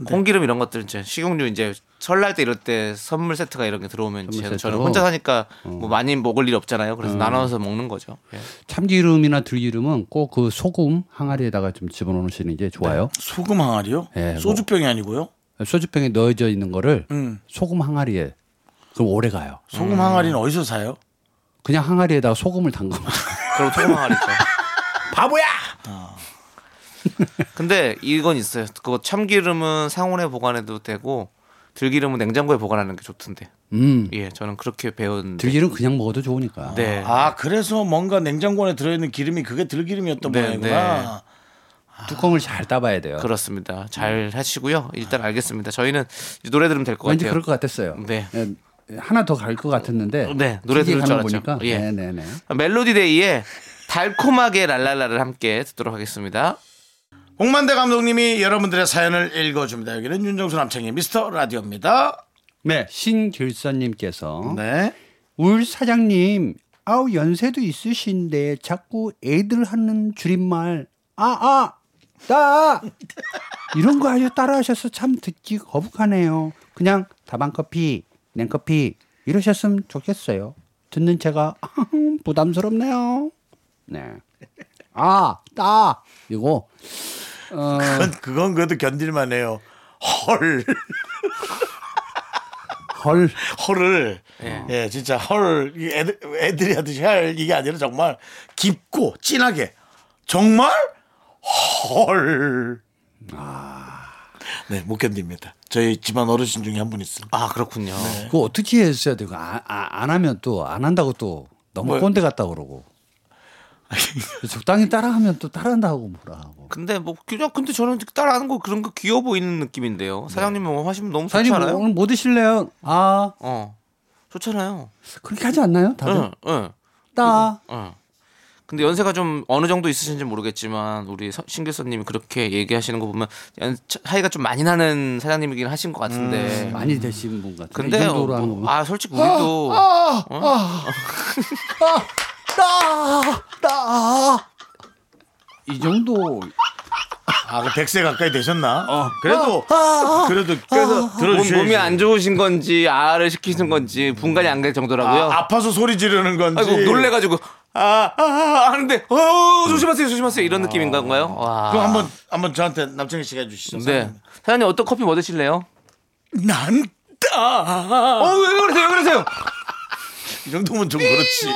S2: 콩기름 이런 것들 이제 식용유 이제 설날 때 이럴 때 선물 세트가 이런 게 들어오면
S6: 선물
S2: 제가
S6: 세트로? 어. 음.
S2: 저는 혼자 사니까 뭐 많이 먹을 일 없잖아요. 그래서 나눠서 먹는 거죠. 예.
S6: 참기름이나 들기름은 꼭 그 소금 항아리에다가 좀 집어넣으시는 게 좋아요.
S1: 소금 항아리요?
S6: 예, 뭐.
S1: 소주병이 아니고요.
S2: 네.
S6: 소주병에 넣어져 있는 거를
S1: 음.
S6: 소금 항아리에 그럼 오래 가요.
S1: 소금 항아리는 어디서 사요?
S6: 그냥 항아리에다가 소금을 담가.
S2: 그럼 소금항아리죠. 바보야. 근데 이건 있어요. 그거 참기름은 상온에 보관해도 되고 들기름은 냉장고에 보관하는 게 좋던데.
S6: 음.
S2: 예, 저는 그렇게 배운.
S6: 들기름 그냥 먹어도 좋으니까.
S2: 네.
S1: 아 그래서 뭔가 냉장고 안에 들어있는 기름이 그게 들기름이었던
S2: 네,
S1: 모양이구나.
S6: 아. 뚜껑을 잘 따봐야 돼요.
S2: 그렇습니다. 잘 하시고요. 일단 알겠습니다. 저희는 이제 노래 들으면 될 것
S6: 왠지
S2: 같아요.
S6: 그럴 것 같았어요.
S2: 네.
S6: 예, 하나 더 갈 것 같았는데.
S2: 네, 노래 들을 줄
S6: 하는 거
S2: 알았죠.
S6: 보니까.
S2: 예.
S6: 네, 네, 네.
S2: 멜로디 데이의 달콤하게 랄랄라를 함께 듣도록 하겠습니다.
S1: 홍만대 감독님이 여러분들의 사연을 읽어줍니다. 여기는 윤정수 남창희 미스터 라디오입니다.
S6: 네, 신길선님께서
S1: 네.
S6: 울 사장님, 아우 연세도 있으신데 자꾸 애들 하는 줄임말 아아 따 이런 거 아주 따라하셔서 참 듣기 거북하네요. 그냥 다방 커피, 냉커피 이러셨으면 좋겠어요. 듣는 제가 부담스럽네요. 네. 아, 따 이거 어,
S1: 그건, 그건 그래도 견딜만해요. 헐.
S6: 헐
S1: 헐을 예, 진짜 헐 이게 애들, 애들이 하듯이 할 이게 아니라 정말 깊고 진하게 정말 헐. 네, 못 견딥니다. 저희 집안 어르신 중에 한 분 있어요.
S2: 아 그렇군요.
S6: 그거 어떻게 했어야 되고 아, 아, 안 하면 또 안 한다고 또 너무 꼰대 같다 그러고 적당히 따라하면 또 따라한다고 뭐라 하고
S2: 근데 뭐 그냥 근데 저는 따라하는 거 그런 거 귀여워 보이는 느낌인데요. 사장님 뭐 하시면 너무
S6: 네. 사장님
S2: 좋잖아요.
S6: 오늘 뭐 드실래요? 아
S2: 어 좋잖아요.
S6: 그렇게 하지 않나요? 다들
S2: 응, 응,
S6: 따
S2: 응. 근데 연세가 좀 어느 정도 있으신지 모르겠지만 우리 서- 신길선님이 그렇게 얘기하시는 거 보면 연- 차- 차이가 좀 많이 나는 사장님이긴 하신 것 같은데.
S6: 많이 드신 분 같은데
S2: 근데
S6: 이 정도로
S2: 어,
S6: 하는
S2: 뭐-
S6: 거면
S2: 아 솔직히 우리도 어?
S6: 이 정도
S1: 아, 그 100세 가까이 되셨나? 그래도 그래도 그래서
S2: 몸,
S1: 들어주셔야지.
S2: 몸이 안 좋으신 건지 아를 시키신 건지 분간이 안 갈 정도라고요.
S1: 아, 파서 소리 지르는 건지
S2: 아이고 놀래가지고 아, 아, 아 하는데 어 조심하세요 조심하세요 이런 느낌인 건가요? 와.
S1: 그럼 한번 한번 저한테 남창희 씨가 해주시죠.
S2: 네. 사장님 어떤 커피 뭐 드실래요? 난다. 어왜 그러세요? 왜 그러세요?
S1: 이 정도면 좀 그렇지.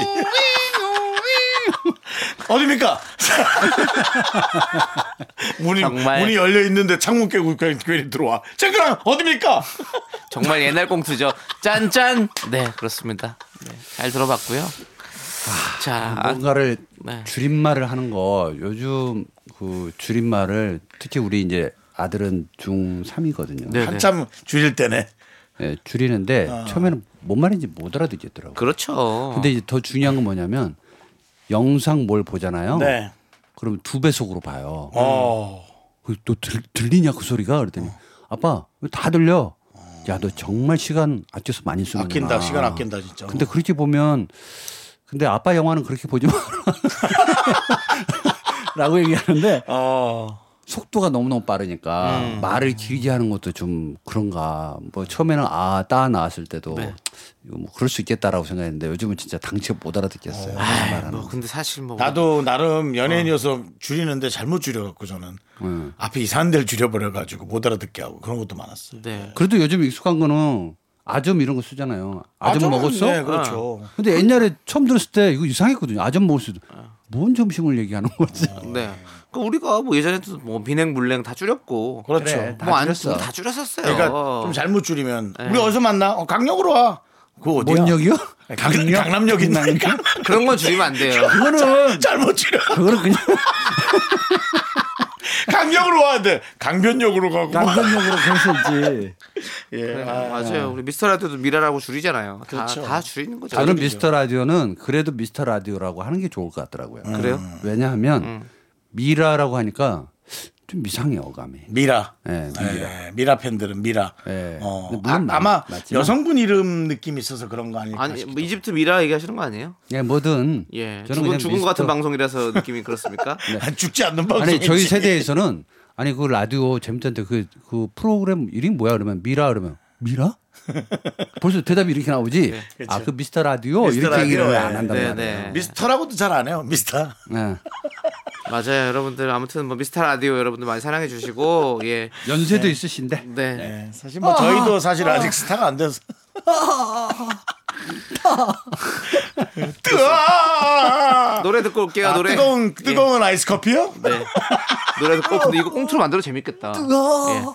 S1: 어딥니까? 문이
S2: 정말.
S1: 문이 열려 있는데 창문 깨고 괜히 괜히 들어와. 잠깐 어딥니까?
S2: 정말 옛날 공투죠. 짠짠. 네 그렇습니다. 네, 잘 들어봤고요. 자, 아,
S6: 뭔가를
S2: 네.
S6: 줄임말을 하는 거 요즘 그 줄임말을 특히 우리 이제 아들은 중삼이거든요
S2: 네, 아. 네.
S1: 한참 줄일 때네.
S6: 예, 줄이는데 처음에는 뭔 말인지 못 알아듣겠더라고요.
S2: 그렇죠.
S6: 근데 이제 더 중요한 건 뭐냐면 영상 뭘 보잖아요.
S1: 네.
S6: 그럼 두 배속으로 봐요.
S1: 어.
S6: 그또 들, 들리냐 그 소리가 그랬더니 아빠 이거 다 들려. 야 너 정말 시간 아껴서 많이 쓰는
S1: 아낀다. 시간 아낀다 진짜.
S6: 근데 그렇게 보면 근데 아빠 영화는 그렇게 보지 마라고 얘기하는데
S1: 어. 음.
S6: 속도가 너무너무 빠르니까 말을 길게 하는 것도 좀 그런가. 뭐 처음에는 아, 따 나왔을 때도
S1: 네.
S6: 이거 뭐 그럴 수 있겠다라고 생각했는데 요즘은 진짜 당최 못 알아듣겠어요.
S2: 아이, 뭐 근데 사실 뭐
S1: 나도 나름 연예인이어서 줄이는데 잘못 줄여갖고 저는
S6: 음.
S1: 앞에 이상한 데를 줄여버려가지고 못 알아듣게 하고 그런 것도 많았어요.
S2: 네.
S6: 그래도 요즘 익숙한 거는 아점 이런 거 쓰잖아요. 아점
S1: 저는,
S6: 먹었어? 아.
S1: 네, 그렇죠.
S6: 근데 옛날에 처음 들었을 때 이거 이상했거든요. 아점 먹었어. 뭔 점심을 얘기하는 거지?
S2: 네. 그 우리가 뭐 예전에도 뭐 민행 물냉 다 줄였고
S1: 그렇죠.
S6: 다
S2: 뭐안
S6: 줄였어.
S2: 다 줄였었어요.
S1: 그러니까 좀 잘못 줄이면 우리 어디서 만나? 어, 강력으로 와. 그거 어디야?
S6: 네. 뭔 역이요?
S1: 강, 강남역 있나?
S2: 그런 건 줄이면 안 돼요.
S6: 그거는
S1: 잘못 줄여.
S6: 그거는 그냥
S1: 강력으로 와야 돼. 강변역으로 가고.
S6: 간단력으로 그랬을지.
S1: 예. 아,
S2: 네. 맞아요. 우리 미스터 라디오도 미라라고 줄이잖아요. 다, 다 줄이는 거죠.
S6: 저는 미스터 라디오는 그래도 미스터 라디오라고 하는 게 좋을 것 같더라고요.
S2: 그래요?
S6: 왜냐하면 미라라고 하니까 좀 이상해 어감이.
S1: 미라.
S6: 예, 미라.
S1: 예, 미라 팬들은 미라.
S6: 예.
S1: 어,
S6: 근데 물론
S1: 아, 마
S6: 맞지만-
S1: 여성분 이름 느낌이 있어서 그런 거 아닐까?
S2: 아니
S1: 싶기도
S2: 뭐 이집트 미라 얘기하시는 거 아니에요?
S6: 예, 뭐든
S2: 예.
S6: 저는
S2: 죽은
S6: 그냥
S2: 죽은 것 같은
S6: 미스터-
S2: 방송이라서 느낌이 그렇습니까?
S1: 하고. 아니, 네. 죽지 않는 방송.
S6: 아니 저희 세대에서는 아니 그 라디오 재밌던데 그 그 프로그램 이름이 뭐야 그러면 미라 그러면 미라? 벌써 대답이 이렇게 나오지. 아 그 미스터 라디오
S1: 미스터
S6: 이렇게 얘기를
S1: 라디오,
S6: 왜
S1: 예.
S6: 안 한단
S2: 네,
S6: 말이에요.
S2: 네.
S1: 미스터라고도 잘 안 해요. 미스터.
S6: 예.
S2: 맞아요, 여러분들 아무튼 뭐 미스터 라디오 여러분들 많이 사랑해 주시고 예.
S6: 연세도 있으신데
S2: 네.
S1: 예, 사실 뭐 저희도 사실 아직 스타가 안 돼서. 뜨아!
S2: 노래 듣고 올게요.
S1: 아,
S2: 노래. 예.
S1: 뜨거운 뜨거운 아이스 커피요?
S2: 네. 노래 듣고 근데 이거 꽁트로 만들어 재밌겠다. 예.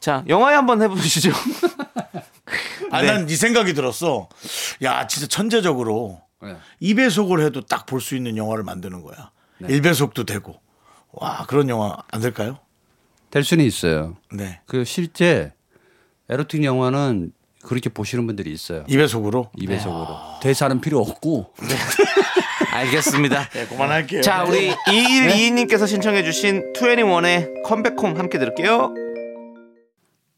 S2: 자, 영화에 한번 해 보시죠.
S1: 아, 난 이 생각이 들었어. 야, 진짜 천재적으로 2배속을 해도 딱 볼 수 있는 영화를 만드는 거야. 1배속도 되고. 와, 그런 영화 안 될까요?
S6: 될 수는 있어요.
S1: 네.
S6: 그 실제 에로틱 영화는 그렇게 보시는 분들이 있어요.
S1: 예. 2배속으로?
S6: 입에서으로 대사는 필요 없고
S2: 알겠습니다.
S1: 그만할게요.
S2: 자, 우리 2122님께서 신청해 주신 2NE1의 컴백홈 함께 들을게요.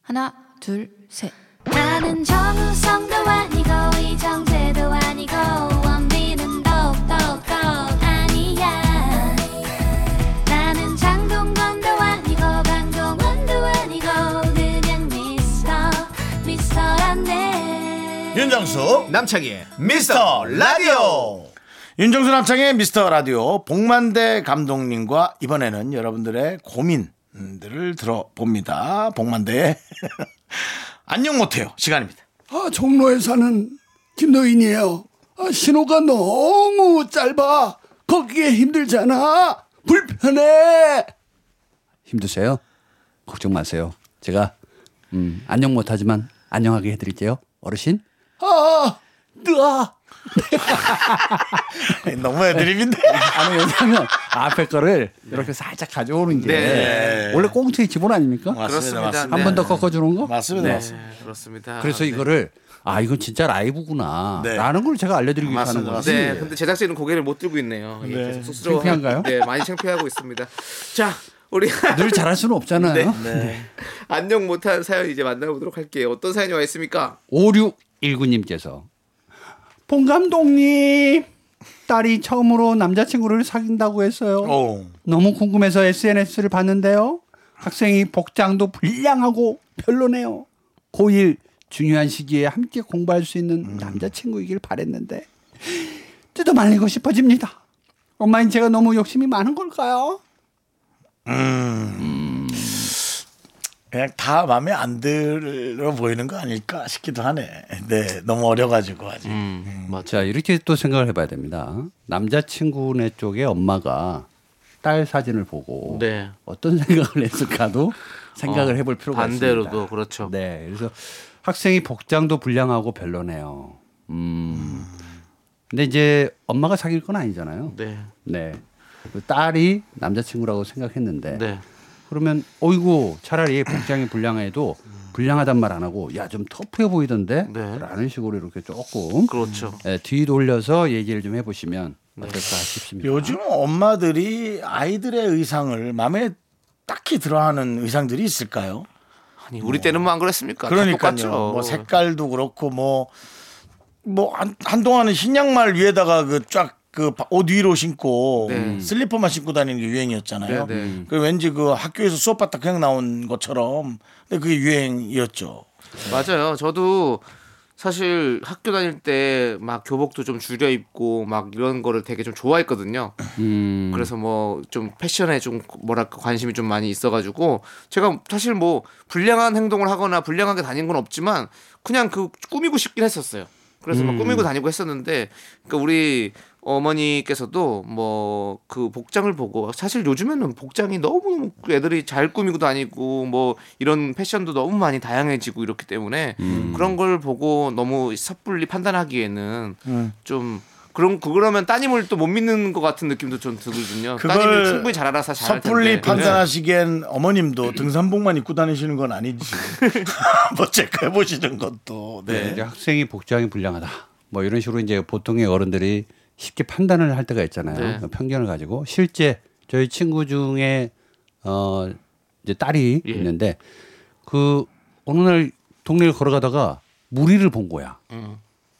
S7: 하나, 둘, 셋.
S3: 나는 정우성도 아니고 이정재도 아니고 원빈은 더욱더 아니야 나는 장동건도 아니고 강동원도 아니고 그냥 미스터 미스터란데
S4: 윤정수
S2: 남창희의
S4: 미스터 라디오
S1: 윤정수 남창의 미스터 라디오 복만대 감독님과 이번에는 여러분들의 고민들을 들어봅니다. 복만대의 안녕 못해요 시간입니다.
S8: 아, 종로에 사는 김노인이에요. 아, 신호가 너무 짧아. 걷기에 힘들잖아. 불편해.
S6: 힘드세요? 걱정 마세요. 제가 음, 안녕 못하지만 안녕하게 해드릴게요. 어르신.
S8: 아, 뜨아.
S1: 네, 너무 애드립인데.
S6: 아니 왜냐하면 앞에 거를 이렇게 살짝 가져오는 게
S2: 네.
S6: 원래 꽁트의 기본 아닙니까?
S2: 그렇습니다.
S1: 맞습니다.
S6: 한 번 더
S2: 네.
S6: 꺾어주는 거.
S1: 맞습니다.
S2: 네,
S1: 맞습니다.
S2: 그렇습니다.
S6: 그래서
S2: 네.
S6: 이거를 아 이건 진짜 라이브구나.
S1: 네.
S6: 라는 걸 제가 알려드리기 위해서 하는
S1: 맞습니다.
S6: 거지.
S2: 네, 근데 제작진은 고개를 못 들고 있네요. 예, 계속 쑥스러워.
S6: 창피한가요?
S2: 네, 많이 창피하고 있습니다. 자, 우리
S6: 늘 잘할 수는 없잖아요.
S2: 네. 안녕 못한 사연 이제 만나보도록 할게요. 어떤 사연이 와 있습니까?
S6: 5619님께서 봉 감독님 딸이 처음으로 남자친구를 사귄다고 했어요.
S1: 오.
S6: 너무 궁금해서 SNS를 봤는데요. 학생이 복장도 불량하고 별로네요. 고1 중요한 시기에 함께 공부할 수 있는 남자친구이길 바랬는데 뜯어 말리고 싶어집니다. 엄마인 제가 너무 욕심이 많은 걸까요?
S1: 그냥 다 마음에 안 들어 보이는 거 아닐까 싶기도 하네. 네, 너무 어려가지고 아직.
S2: 음.
S6: 자 이렇게 또 생각을 해봐야 됩니다. 남자친구네 쪽에 엄마가 딸 사진을 보고
S2: 네.
S6: 어떤 생각을 했을까도 생각을
S2: 어,
S6: 해볼 필요가
S2: 반대로도
S6: 있습니다.
S2: 그렇죠.
S6: 네, 그래서 학생이 복장도 불량하고 별로네요. 음. 근데 이제 엄마가 사귈 건 아니잖아요.
S2: 네.
S6: 네. 그 딸이 남자친구라고 생각했는데
S2: 네.
S6: 그러면 어이구 차라리 복장이 불량해도 불량하단 말 안 하고 야 좀 터프해 보이던데
S2: 네.
S6: 라는 식으로 이렇게 조금
S2: 그렇죠.
S6: 예, 뒤돌려서 얘기를 좀 해보시면 어떨까 싶습니다.
S1: 요즘 엄마들이 아이들의 의상을 마음에 딱히 들어하는 의상들이 있을까요?
S2: 아니, 우리 때는 뭐 안 그랬습니까? 다 똑같죠.
S1: 그러니까요. 뭐 색깔도 그렇고 뭐 뭐 한동안은 흰 양말 위에다가 그 쫙 그 옷 위로 신고
S2: 네.
S1: 슬리퍼만 신고 다니는 게 유행이었잖아요.
S2: 네, 네.
S1: 그 왠지 그 학교에서 수업 받다 그냥 나온 것처럼 근데 그게 유행이었죠.
S2: 맞아요. 저도 사실 학교 다닐 때 막 교복도 좀 줄여 입고 막 이런 거를 되게 좀 좋아했거든요.
S6: 음.
S2: 그래서 뭐 좀 패션에 좀 뭐랄까 관심이 좀 많이 있어가지고 제가 사실 뭐 불량한 행동을 하거나 불량하게 다닌 건 없지만 그냥 그 꾸미고 싶긴 했었어요. 그래서 막 꾸미고 다니고 했었는데 그러니까 우리 어머니께서도 뭐 그 복장을 보고 사실 요즘에는 복장이 너무 애들이 잘 꾸미고 다니고 뭐 이런 패션도 너무 많이 다양해지고 이렇기 때문에 그런 걸 보고 너무 섣불리 판단하기에는
S1: 네.
S2: 좀 그럼 그러면 따님을 또 못 믿는 것 같은 느낌도 좀 들거든요.
S1: 그걸
S2: 따님을 충분히 잘 알아서 잘할 텐데.
S1: 섣불리 판단하시기엔 어머님도 등산복만 입고 다니시는 건 아니지. 한번 체크해 보시는 것도.
S6: 네,
S1: 네.
S6: 이제 학생이 복장이 불량하다. 뭐 이런 식으로 이제 보통의 어른들이 쉽게 판단을 할 때가 있잖아요. 그
S2: 네.
S6: 편견을 가지고 실제 저희 친구 중에 어 이제 딸이
S2: 예.
S6: 있는데 그 어느 날 동네를 걸어가다가 무리를 본 거야.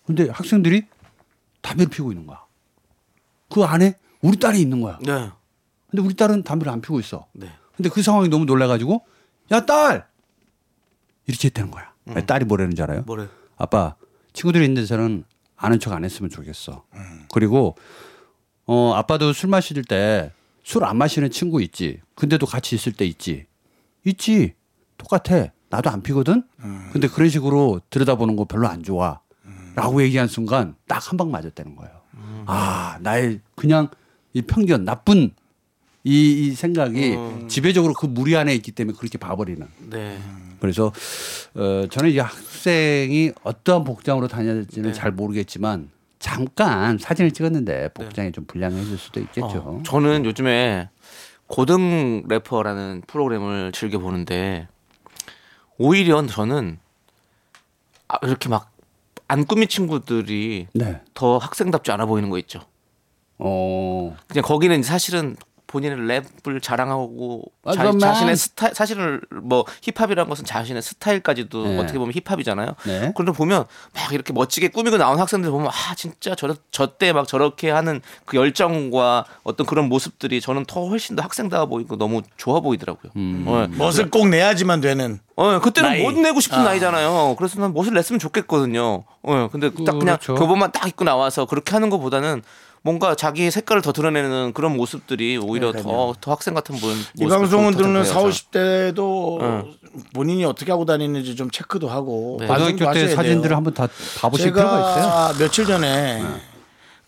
S6: 근데 학생들이 담배를 피우고 있는 거야. 그 안에 우리 딸이 있는 거야.
S2: 네.
S6: 근데 우리 딸은 담배를 안 피우고 있어.
S2: 네.
S6: 근데 그 상황이 너무 놀라가지고 야 딸 이렇게 했다는 거야. 딸이 뭐라는 줄 알아요?
S2: 뭐래?
S6: 아빠 친구들이 있는 데서는 아는 척 안 했으면 좋겠어. 그리고 어 아빠도 술 마실 때 술 안 마시는 친구 있지. 근데도 같이 있을 때 있지. 있지. 똑같아. 나도 안 피거든. 근데 그런 식으로 들여다보는 거 별로 안 좋아. 라고 얘기한 순간 딱 한 방 맞았다는 거예요. 아, 나의 그냥 이 편견, 나쁜 이, 이 생각이 지배적으로 그 무리 안에 있기 때문에 그렇게 봐버리는.
S2: 네.
S1: 음.
S6: 그래서 어, 저는 이 학생이 어떠한 복장으로 다녀야 될지는 잘 모르겠지만 잠깐 사진을 찍었는데 복장이 좀 불량해질 수도 있겠죠.
S2: 어, 저는 요즘에 고등 래퍼라는 프로그램을 즐겨 보는데 오히려 저는 아, 이렇게 막 안 꾸민 친구들이
S6: 네.
S2: 더 학생답지 않아 보이는 거 있죠.
S6: 어.
S2: 그냥 거기는 이제 사실은 본인의 랩을 자랑하고
S6: 아,
S2: 자,
S6: 그건
S2: 자신의
S6: 막-
S2: 스타일 사실은 뭐 힙합이라는 것은 자신의 스타일까지도
S6: 네.
S2: 어떻게 보면 힙합이잖아요.
S6: 네.
S2: 그런데 보면 막 이렇게 멋지게 꾸미고 나온 학생들 보면 아 진짜 저때 막 저렇게 하는 그 열정과 어떤 그런 모습들이 저는 더 훨씬 더 학생다워 보이고 너무 좋아 보이더라고요.
S6: 음.
S2: 어,
S1: 멋을 꼭 내야지만 되는.
S2: 어, 그때는
S1: 나이.
S2: 못 내고 싶은 나이잖아요. 그래서 난 멋을 냈으면 좋겠거든요. 어, 근데 딱 그냥
S6: 그렇죠.
S2: 교복만 딱 입고 나와서 그렇게 하는 것보다는 뭔가 자기 색깔을 더 드러내는 그런 모습들이 오히려 더, 더 학생 같은 분.
S1: 이 방송은 듣는 4, 50대도 본인이 어떻게 하고 다니는지 좀 체크도 하고
S2: 어. 네.
S1: 반성도
S6: 고등학교 때
S1: 하셔야
S6: 사진들을
S1: 돼요.
S6: 한번 다 봐보실 필요가 있어요.
S1: 제가 며칠 전에
S2: 네.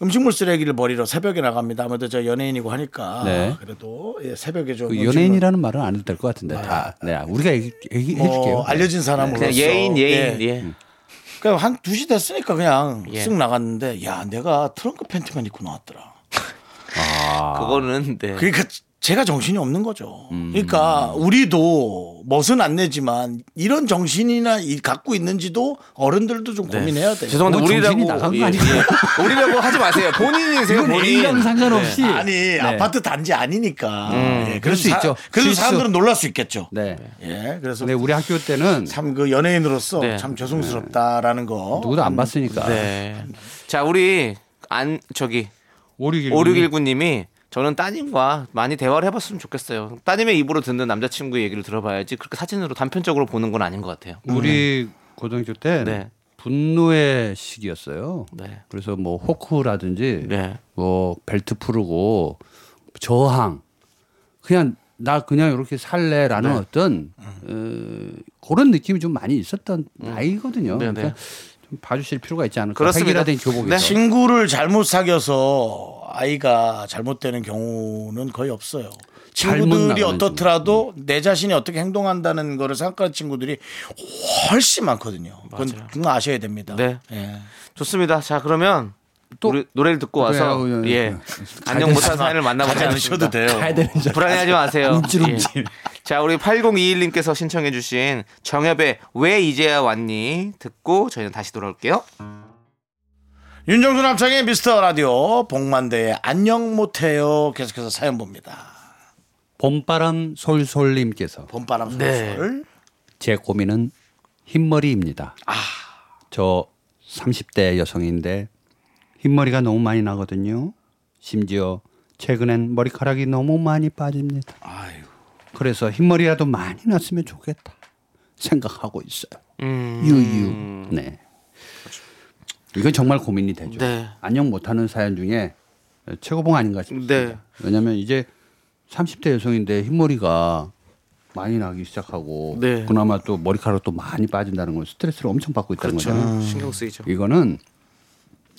S1: 음식물 쓰레기를 버리러 새벽에 나갑니다. 아무래도 저 연예인이고 하니까
S6: 네.
S1: 그래도 예, 새벽에 좀
S6: 그
S1: 음식물-
S6: 연예인이라는 말은 안 해도 될 것 같은데 다 네, 우리가 얘기, 얘기해
S1: 뭐
S6: 줄게요.
S1: 알려진 사람으로서
S2: 그냥 예인, 예인,
S1: 예.
S2: 예.
S1: 그러니까 한 2시 됐으니까 그냥
S2: 예.
S1: 쓱 나갔는데 야 내가 트렁크 팬티만 입고 나왔더라.
S2: 그거는,
S6: 예.
S2: 네.
S1: 그러니까 제가 정신이 없는 거죠.
S6: 음.
S1: 그러니까 우리도 멋은 안 내지만 이런 정신이나 이- 갖고 있는지도 어른들도
S6: 네.
S1: 좀 고민해야 돼요.
S2: 네. 죄송한데
S6: 뭐 정신이
S2: 우리라고
S6: 나간 거
S2: 예,
S6: 아니에요?
S2: 예. 우리라고 하지 마세요. 본인이세요.
S6: 이건 애인이랑
S2: 본인.
S6: 네. 상관없이
S1: 네.
S6: 네.
S1: 아니 아파트 단지 아니니까. 예,
S6: 음, 그럴 수
S1: 사-
S6: 있죠.
S1: 그래서
S6: 실수.
S1: 사람들은 놀랄 수 있겠죠.
S6: 네.
S1: 예, 그래서
S6: 근데 우리 학교 때는
S1: 참 그 연예인으로서
S2: 네.
S1: 참 죄송스럽다라는 거. 음.
S6: 누구도 안 봤으니까.
S2: 네. 자, 우리 안 저기
S6: 5619.
S2: 5619님이 저는 따님과 많이 대화를 해봤으면 좋겠어요. 따님의 입으로 듣는 남자친구 얘기를 들어봐야지 그렇게 사진으로 단편적으로 보는 건 아닌 것 같아요.
S6: 우리 고등학교 때
S2: 네.
S6: 분노의 시기였어요.
S2: 네.
S6: 그래서 뭐 호크라든지
S2: 네.
S6: 뭐 벨트 푸르고 저항 그냥 나 그냥 이렇게 살래라는
S2: 네.
S6: 어떤 어, 그런 느낌이 좀 많이 있었던 나이거든요.
S2: 네, 네.
S6: 그러니까 좀 봐주실 필요가 있지 않을까.
S2: 그렇습니다.
S6: 백이라든지
S2: 네.
S6: 교복에서
S1: 친구를 잘못 사귀어서 아이가 잘못되는 경우는 거의 없어요.
S6: 잘못
S1: 친구들이
S6: 나가는
S1: 어떻더라도 내 자신이 어떻게 행동한다는 거를 생각하는 친구들이 훨씬 많거든요. 그건
S2: 맞아요.
S1: 정말 아셔야 됩니다.
S2: 네.
S1: 예.
S2: 좋습니다. 자 그러면
S6: 또-
S2: 우리 노래를 듣고 와서
S6: 그래요, 예,
S2: 예
S6: 예.
S2: 안녕 못한 사연을 만나보지 않으셔도 돼요. 불안해하지 마세요. 예. 자 우리 8021님께서 신청해주신 정엽의 왜 이제야 왔니 듣고 저희는 다시 돌아올게요.
S1: 윤정수 남창의 미스터 라디오 복만대의 안녕 못해요 계속해서 사연 봅니다.
S6: 봄바람 솔솔님께서
S1: 봄바람 소설
S6: 제 고민은 흰머리입니다. 저 30대 여성인데 흰머리가 너무 많이 나거든요. 심지어 최근엔 머리카락이 너무 많이 빠집니다. 그래서 흰머리라도 많이 났으면 좋겠다 생각하고 있어요. 유유. 네. 이건 정말 고민이 되죠.
S2: 네.
S6: 안녕 못하는 사연 중에 최고봉 아닌가 싶습니다.
S2: 네.
S6: 왜냐하면 이제 30대 여성인데 흰머리가 많이 나기 시작하고
S2: 네.
S6: 그나마 또 머리카락도 많이 빠진다는 건 스트레스를 엄청 받고 있다는
S2: 그렇죠.
S6: 거잖아요.
S2: 신경 쓰이죠.
S6: 이거는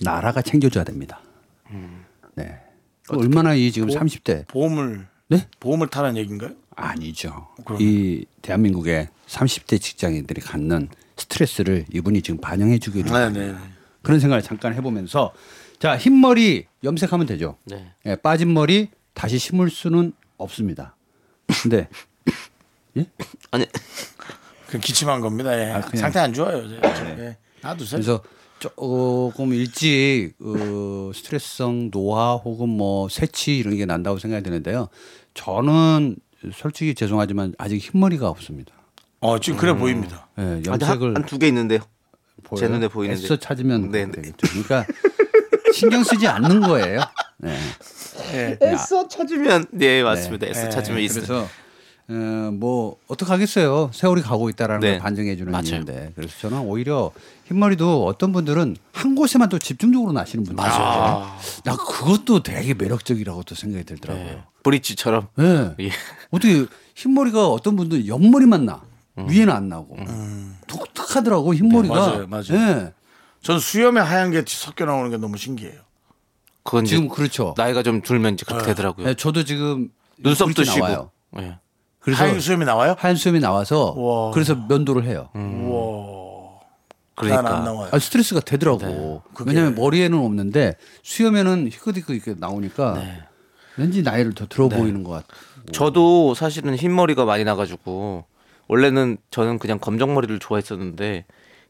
S6: 나라가 챙겨줘야 됩니다.
S2: 음.
S6: 네. 얼마나 이 지금
S2: 뭐?
S6: 30대
S1: 보험을
S6: 네?
S1: 보험을 타라는 얘기인가요?
S6: 아니죠. 이 대한민국의 30대 직장인들이 갖는 스트레스를 이분이 지금 반영해 주기로
S1: 네네.
S6: 그런 생각을 잠깐 해보면서 자 흰머리 염색하면 되죠.
S2: 네.
S6: 예, 빠진 머리 다시 심을 수는 없습니다. 근데
S2: 아니
S1: 그 기침한 겁니다. 예.
S6: 아, 그냥- 네.
S1: 상태 안 좋아요. 제- 저- 예. 놔두세요.
S6: 그래서 조금 일찍 어, 스트레스성 노화 혹은 뭐 세치 이런 게 난다고 생각이 되는데요. 저는 솔직히 죄송하지만 아직 흰머리가 없습니다.
S1: 어 지금 그래 보입니다.
S6: 예, 염색을
S2: 아, 한두 개 있는데요.
S6: 보여요?
S2: 제 눈에 보이는데.
S6: 애써 찾으면
S2: 네, 네.
S6: 되겠죠. 그러니까 신경 쓰지 않는 거예요. 네.
S2: 애써 찾으면 네 맞습니다. 애써
S1: 네.
S2: 찾으면 있어요.
S6: 그래서 어, 뭐 어떡하겠어요. 세월이 가고 있다라는
S2: 네.
S6: 걸 반증해 주는
S2: 맞아요.
S6: 일인데. 그래서 저는 오히려 흰머리도 어떤 분들은 한 곳에만 또 집중적으로 나시는 분들. 맞아요. 나 그것도 되게 매력적이라고 또 생각이 들더라고요.
S2: 브릿지처럼.
S6: 예.
S2: 예.
S6: 어떻게 흰머리가 어떤 분들 옆머리만 나. 위에는 안 나고. 독특하더라고 흰머리가.
S1: 네, 맞아요, 맞아요.
S6: 예.
S1: 전 수염에 하얀 게 섞여 나오는 게 너무 신기해요.
S2: 그건 이제
S6: 지금 그렇죠.
S2: 나이가 좀 들면 이제 그렇게 되더라고요.
S6: 예, 저도 지금
S2: 눈썹도
S6: 브릿지
S2: 쉬고.
S6: 나와요.
S2: 예.
S6: 그래서
S1: 하얀 수염이 나와요?
S6: 하얀 수염이 나와서
S1: 우와.
S6: 그래서 면도를 해요.
S1: 우와. 난 안
S2: 그러니까
S1: 나와요.
S6: 아, 스트레스가 되더라고. 왜냐하면 머리에는 없는데 수염에는 희끗희끗 이렇게 나오니까 왠지 나이를 더 들어 보이는 것 같아.
S2: 저도 사실은 흰머리가 많이 나가지고 원래는 저는 그냥 검정 머리를 좋아했었는데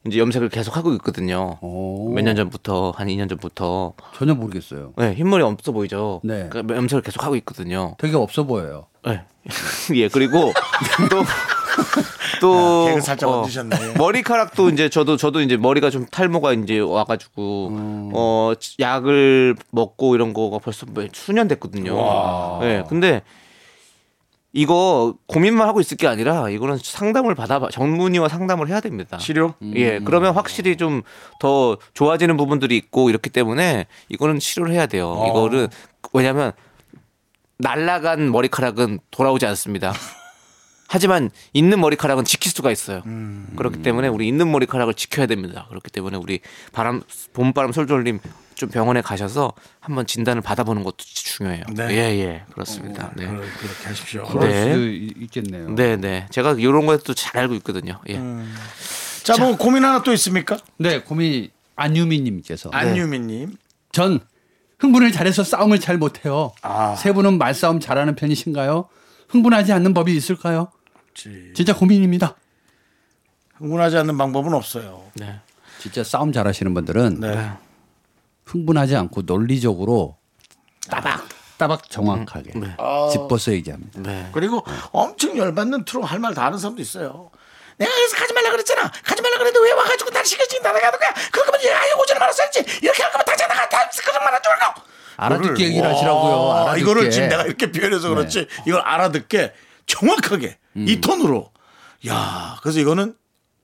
S2: 이제 염색을 계속 하고 있거든요.
S6: 오.
S2: 몇 년 전부터 한 2년 전부터
S6: 어. 전혀 모르겠어요.
S2: 네, 흰머리 없어 보이죠.
S6: 네.
S2: 그 염색을 계속 하고 있거든요.
S6: 되게 없어 보여요.
S2: 네. 예 그리고
S1: 야,
S2: 또또
S1: 아,
S2: 어,
S1: 개그 살짝 얹으셨네.
S2: 머리카락도 이제 저도 저도 이제 머리가 좀 탈모가 이제 와가지고
S1: 음.
S2: 어 약을 먹고 이런 거가 벌써 몇 수년 됐거든요. 예 근데 이거 고민만 하고 있을 게 아니라 이거는 상담을 받아 전문의와 상담을 해야 됩니다.
S1: 치료? 음.
S2: 예, 그러면 확실히 좀 더 좋아지는 부분들이 있고 이렇기 때문에 이거는 치료를 해야 돼요.
S1: 어.
S2: 이거를 왜냐면 날라간 머리카락은 돌아오지 않습니다. 하지만 있는 머리카락은 지킬 수가 있어요.
S1: 음.
S2: 그렇기 때문에 우리 있는 머리카락을 지켜야 됩니다. 그렇기 때문에 우리 바람 봄바람 솔솔님 좀 병원에 가셔서 한번 진단을 받아보는 것도 중요해요.
S1: 네. 어,
S2: 예, 예, 그렇습니다. 네.
S1: 그렇- 그렇게 하십시오.
S6: 그럴
S2: 네.
S6: 수도 이- 있겠네요.
S2: 네, 네. 제가 이런 것도 잘 알고 있거든요. 예.
S1: 음. 자, 뭐 고민 하나 또 있습니까?
S6: 네, 고민 안유미님께서 네.
S1: 안유미님.
S6: 전 흥분을 잘해서 싸움을 잘 못해요. 세 분은 말싸움 잘하는 편이신가요? 흥분하지 않는 법이 있을까요? 진짜 고민입니다.
S1: 흥분하지 않는 방법은 없어요.
S2: 네.
S6: 진짜 싸움 잘하시는 분들은
S1: 네.
S6: 흥분하지 않고 논리적으로 따박 따박 정확하게 짚어서 얘기합니다.
S2: 아. 음. 네.
S1: 그리고 엄청 열받는 트로 할 말 다 하는 사람도 있어요. 내가 여기서 가지 말라 그랬잖아. 가지 말라 그랬는데 왜 와가지고 날 시켜지 나 나가는 거야. 그럴 거면 아예 오지는 말았어야지. 이렇게 할 거면 당장 나가. 다 그런 말안 줄까?
S6: 알아듣게 얘기를 하시라고요. 알아듣게. 네.
S1: 이거를 지금 내가 이렇게 표현해서 그렇지.
S6: 음.
S1: 이걸 알아듣게 정확하게 이 톤으로. 야, 그래서 이거는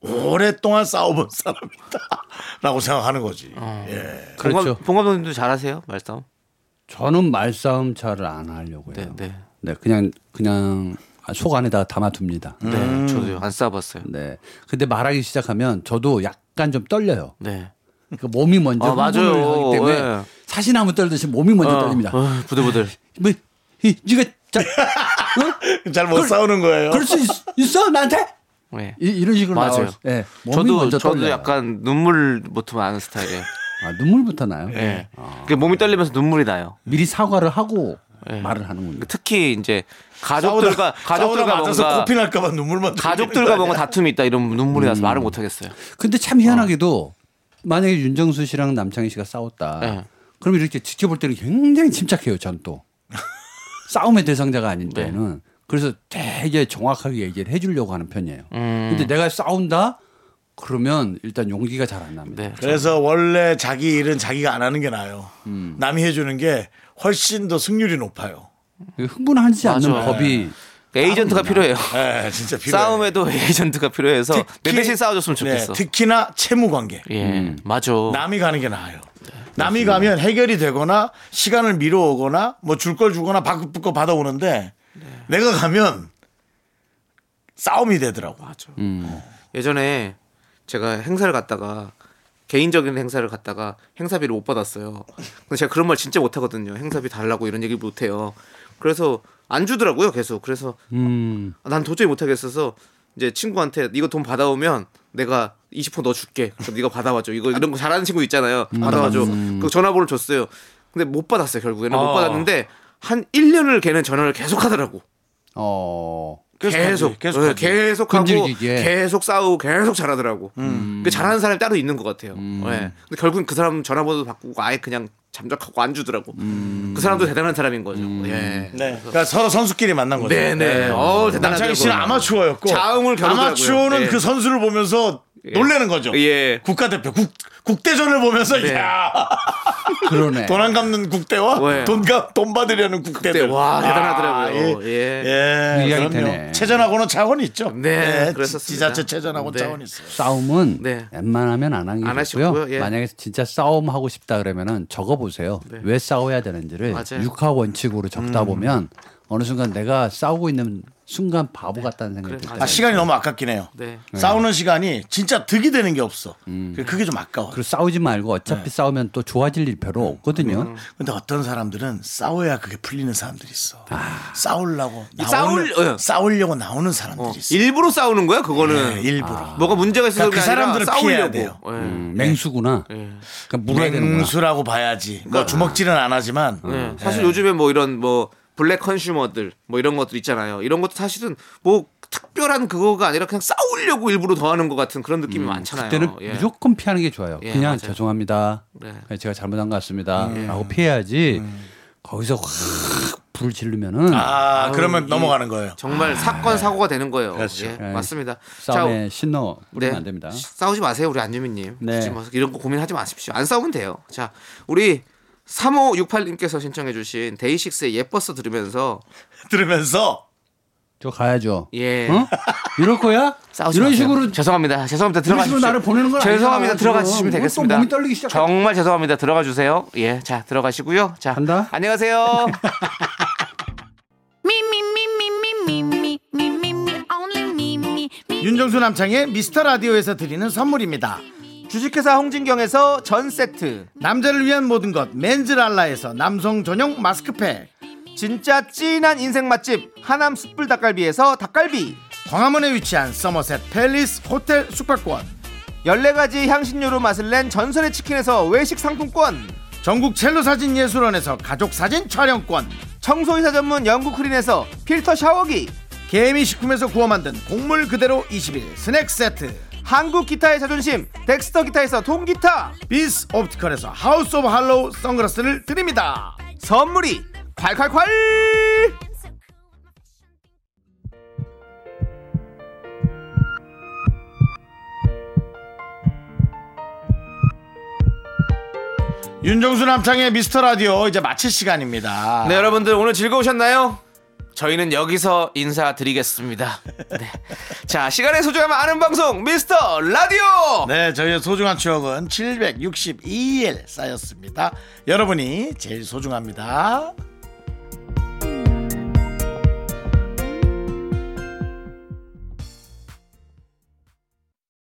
S1: 오랫동안 싸워본 사람이다라고 생각하는 거지. 예.
S6: 그렇죠.
S2: 봉감독님도 잘하세요 말싸움.
S6: 저는 말싸움 잘 안 하려고
S2: 네,
S6: 해요.
S2: 네.
S6: 네, 그냥 그냥 속 안에다가 담아둡니다.
S2: 네,
S1: 음.
S2: 저도요. 안 싸봤어요.
S6: 네. 근데 말하기 시작하면 저도 약간 좀 떨려요.
S2: 네.
S6: 그러니까 몸이 먼저
S2: 아, 맞아요.
S6: 흥분을 하기 때문에
S2: 예.
S6: 사시나무 떨듯이 몸이 먼저
S2: 어,
S6: 떨립니다.
S2: 어, 부들부들.
S6: 뭐, 이, 니가 자,
S1: 잘 못 싸우는 거예요.
S6: 그럴 수 있, 어 나한테?
S2: 네.
S6: 이, 이런 식으로
S2: 맞아요.
S6: 나와요. 예, 몸이
S2: 저도
S6: 먼저
S2: 저도
S6: 떨려요.
S2: 약간 눈물 보통 아는 스타일이에요.
S6: 아, 눈물부터 나요.
S2: 예. 그 몸이 떨리면서 눈물이 나요.
S6: 미리 사과를 하고
S2: 예.
S6: 말을 하는군요.
S2: 특히 이제 가족들과 가족들과
S1: 맞아서
S2: 뭔가
S1: 코피 날까봐 눈물만 음.
S2: 가족들과 뭔가 다툼이 있다 이런 눈물이 나서 말을 못 하겠어요.
S6: 근데 참 희한하게도 만약에 윤정수 씨랑 남창희 씨가 싸웠다.
S2: 예.
S6: 그럼 이렇게 지켜볼 때는 굉장히 침착해요, 전 또. 싸움의 대상자가 아닌
S2: 네.
S6: 때는. 그래서 되게 정확하게 얘기를 해주려고 하는 편이에요.
S1: 음.
S2: 음.
S6: 근데 내가 싸운다? 그러면 일단 용기가 잘 안 납니다.
S2: 네.
S1: 그래서 원래 자기 일은 자기가 안 하는 게 나아요.
S2: 음.
S1: 남이 해주는 게 훨씬 더 승률이 높아요.
S6: 흥분하지 않는
S2: 맞아요. 네.
S6: 법이
S2: 그 에이전트가 필요해요.
S1: 예, 진짜 필요해. 네,
S2: 싸움에도 에이전트가 필요해서 내 대신 싸워줬으면 좋겠어.
S1: 특히나 채무 관계.
S2: 예, 맞아.
S1: 남이 가는 게 나아요.
S2: 네,
S1: 남이 가면 해결이 되거나 시간을 미뤄오거나 뭐 줄 걸 주거나 바꿀 거 받아오는데
S2: 네.
S1: 내가 가면 싸움이 되더라고.
S2: 맞아. 예전에 제가 행사를 갔다가 개인적인 행사를 갔다가 행사비를 못 받았어요. 근데 제가 그런 말 진짜 못 하거든요. 행사비 달라고 이런 얘기 못 해요. 그래서 안 주더라고요, 계속. 그래서
S6: 음.
S2: 아, 난 도저히 못 하겠어서 이제 친구한테 이거 돈 받아오면 내가 20% 넣어 줄게. 그럼 네가 받아와줘. 이거 이런 거 잘하는 친구 있잖아요. 받아와줘. 그 전화번호 줬어요. 근데 못 받았어요, 결국에는. 못 받았는데 한 1년을 걔는 전화를 계속 하더라고.
S6: 어.
S2: 계속 계속 네, 계속 하고
S6: 끈질기게.
S2: 계속 싸우고 계속 잘하더라고.
S1: 음.
S2: 그 잘하는 사람이 따로 있는 것 같아요. 네. 근데 결국은 그 사람 전화번호도 바꾸고 아예 그냥 잠적하고 안 주더라고. 그 사람도 대단한 사람인 거죠. 예.
S1: 음. 네. 그러니까 서로 선수끼리 만난 거죠.
S2: 네네. 어 대단한
S1: 남창희 씨는 아마추어였고
S2: 자음을 겨루더라고요.
S1: 아마추어는
S2: 예.
S1: 그 선수를 보면서 놀라는 거죠.
S2: 예.
S1: 국가대표 국 국대전을 보면서
S2: 네.
S1: 야
S6: 그러네.
S1: 돈 안 갚는 국대와
S2: 예.
S1: 돈값 돈 받으려는 국대들
S2: 국대, 와, 대단하더라고요.
S1: 아,
S2: 예.
S1: 예. 그럼요.
S6: 이해하게 되네.
S1: 체전하고는 차원이 있죠.
S2: 네,
S1: 예,
S2: 그랬었습니다.
S1: 지자체 체전하고
S2: 네.
S1: 차원이 있어요.
S6: 싸움은
S2: 네.
S6: 웬만하면 안 하는 게
S2: 안
S6: 좋고요.
S2: 하시고요, 예.
S6: 만약에 진짜 싸움 하고 싶다 그러면은 적어 보세요. 왜 싸워야 되는지를
S2: 네. 맞아요. 음.
S6: 육하 원칙으로 적다 보면 어느 순간 내가 싸우고 있는 순간 바보 같다는 생각이
S2: 네. 그래,
S6: 들
S1: 아,
S6: 때.
S1: 시간이 너무 아깝긴 해요.
S2: 네.
S1: 싸우는 시간이 진짜 득이 되는 게 없어. 그게 좀 아까워.
S6: 음. 그리고 싸우지 말고 어차피 싸우면 또 좋아질 일 별로 없거든요.
S2: 음.
S1: 근데 어떤 사람들은 싸워야 그게 풀리는 사람들이 있어. 싸우려고 나오는,
S2: 아. 싸울- 예.
S1: 싸우려고 나오는
S2: 어,
S1: 사람들이 있어.
S2: 일부러 싸우는 거야
S6: 아.
S2: 그거는.
S1: 네, 일부러.
S2: 뭐가 문제가 있어서
S1: 그러니까 그
S2: 그게 아니라
S1: 사람들을 피해야
S2: 싸우려고.
S1: 돼요.
S2: 예.
S6: 음, 맹수구나. 그러니까 물어야 되는구나. 그러니까. 음.
S1: 맹수라고 봐야지. 뭐 주먹질은 안 하지만
S2: 네. 사실 요즘에 뭐 이런 뭐 블랙 컨슈머들 뭐 이런 것들 있잖아요. 이런 것도 사실은 뭐 특별한 그거가 아니라 그냥 싸우려고 일부러 더하는 것 같은 그런
S1: 음,
S2: 느낌이 많잖아요.
S6: 그때는
S2: 예.
S6: 무조건 피하는 게 좋아요.
S2: 예,
S6: 그냥
S2: 맞아요.
S6: 죄송합니다.
S2: 네. 예.
S6: 그냥 제가 잘못한 것 같습니다.라고 피해야지. 거기서 확 불을 지르면은
S1: 아 그러면
S2: 이-
S1: 넘어가는 거예요.
S6: 아,
S2: 정말 사건 사고가 되는 거예요.
S1: 그렇죠.
S2: 예,
S6: 예.
S2: 맞습니다.
S6: 네. 싸움에 신호
S2: 네.
S6: 뿌리면 안 됩니다.
S2: 싸우지 마세요, 우리 안유미님.
S6: 네.
S2: 굳이 뭐 이런 거 고민하지 마십시오. 안 싸우면 돼요. 자, 우리 3568님께서 신청해주신 데이식스의 예뻐서 들으면서
S1: 들으면서
S6: 저 가야죠.
S2: 예
S6: 어? 이럴 거야?
S2: 싸우지
S6: 이런
S2: 마세요.
S6: 식으로
S2: 죄송합니다. 죄송합니다. 들어가
S6: 식으로
S2: 주십시오.
S6: 나를 보내는 건
S2: 죄송합니다.
S6: 아니잖아,
S2: 들어가
S6: 지금.
S2: 주시면
S6: 또
S2: 되겠습니다.
S6: 몸이 떨리기 시작해.
S2: 정말 죄송합니다. 들어가 주세요. 예, 자 들어가시고요. 자
S6: 간다.
S2: 안녕하세요.
S1: 윤정수 남창의 미스터 라디오에서 드리는 선물입니다.
S2: 주식회사 홍진경에서 전 세트
S1: 남자를 위한 모든 것 맨즈랄라에서 남성 전용 마스크팩
S2: 진짜 찐한 인생 맛집 하남 숯불 닭갈비에서 닭갈비
S1: 광화문에 위치한 서머셋 팰리스 호텔 숙박권
S2: 14가지 향신료로 맛을 낸 전설의 치킨에서 외식 상품권
S1: 전국 첼로 사진 예술원에서 가족 사진 촬영권
S2: 청소이사 전문 영국 크린에서 필터 샤워기
S1: 개미 식품에서 구워 만든 곡물 그대로 20일 스낵 세트
S2: 한국 기타의 자존심 덱스터 기타에서 통기타
S1: 비스 옵티컬에서 하우스 오브 할로우 선글라스를 드립니다.
S2: 선물이 콸콸콸
S1: 윤정수 남창의 미스터 라디오 이제 마칠 시간입니다.
S2: 네 여러분들 오늘 즐거우셨나요? 저희는 여기서 인사드리겠습니다. 네. 자, 시간의 소중함 아는 방송 미스터 라디오.
S1: 네, 저희의 소중한 추억은 762일 쌓였습니다. 여러분이 제일 소중합니다.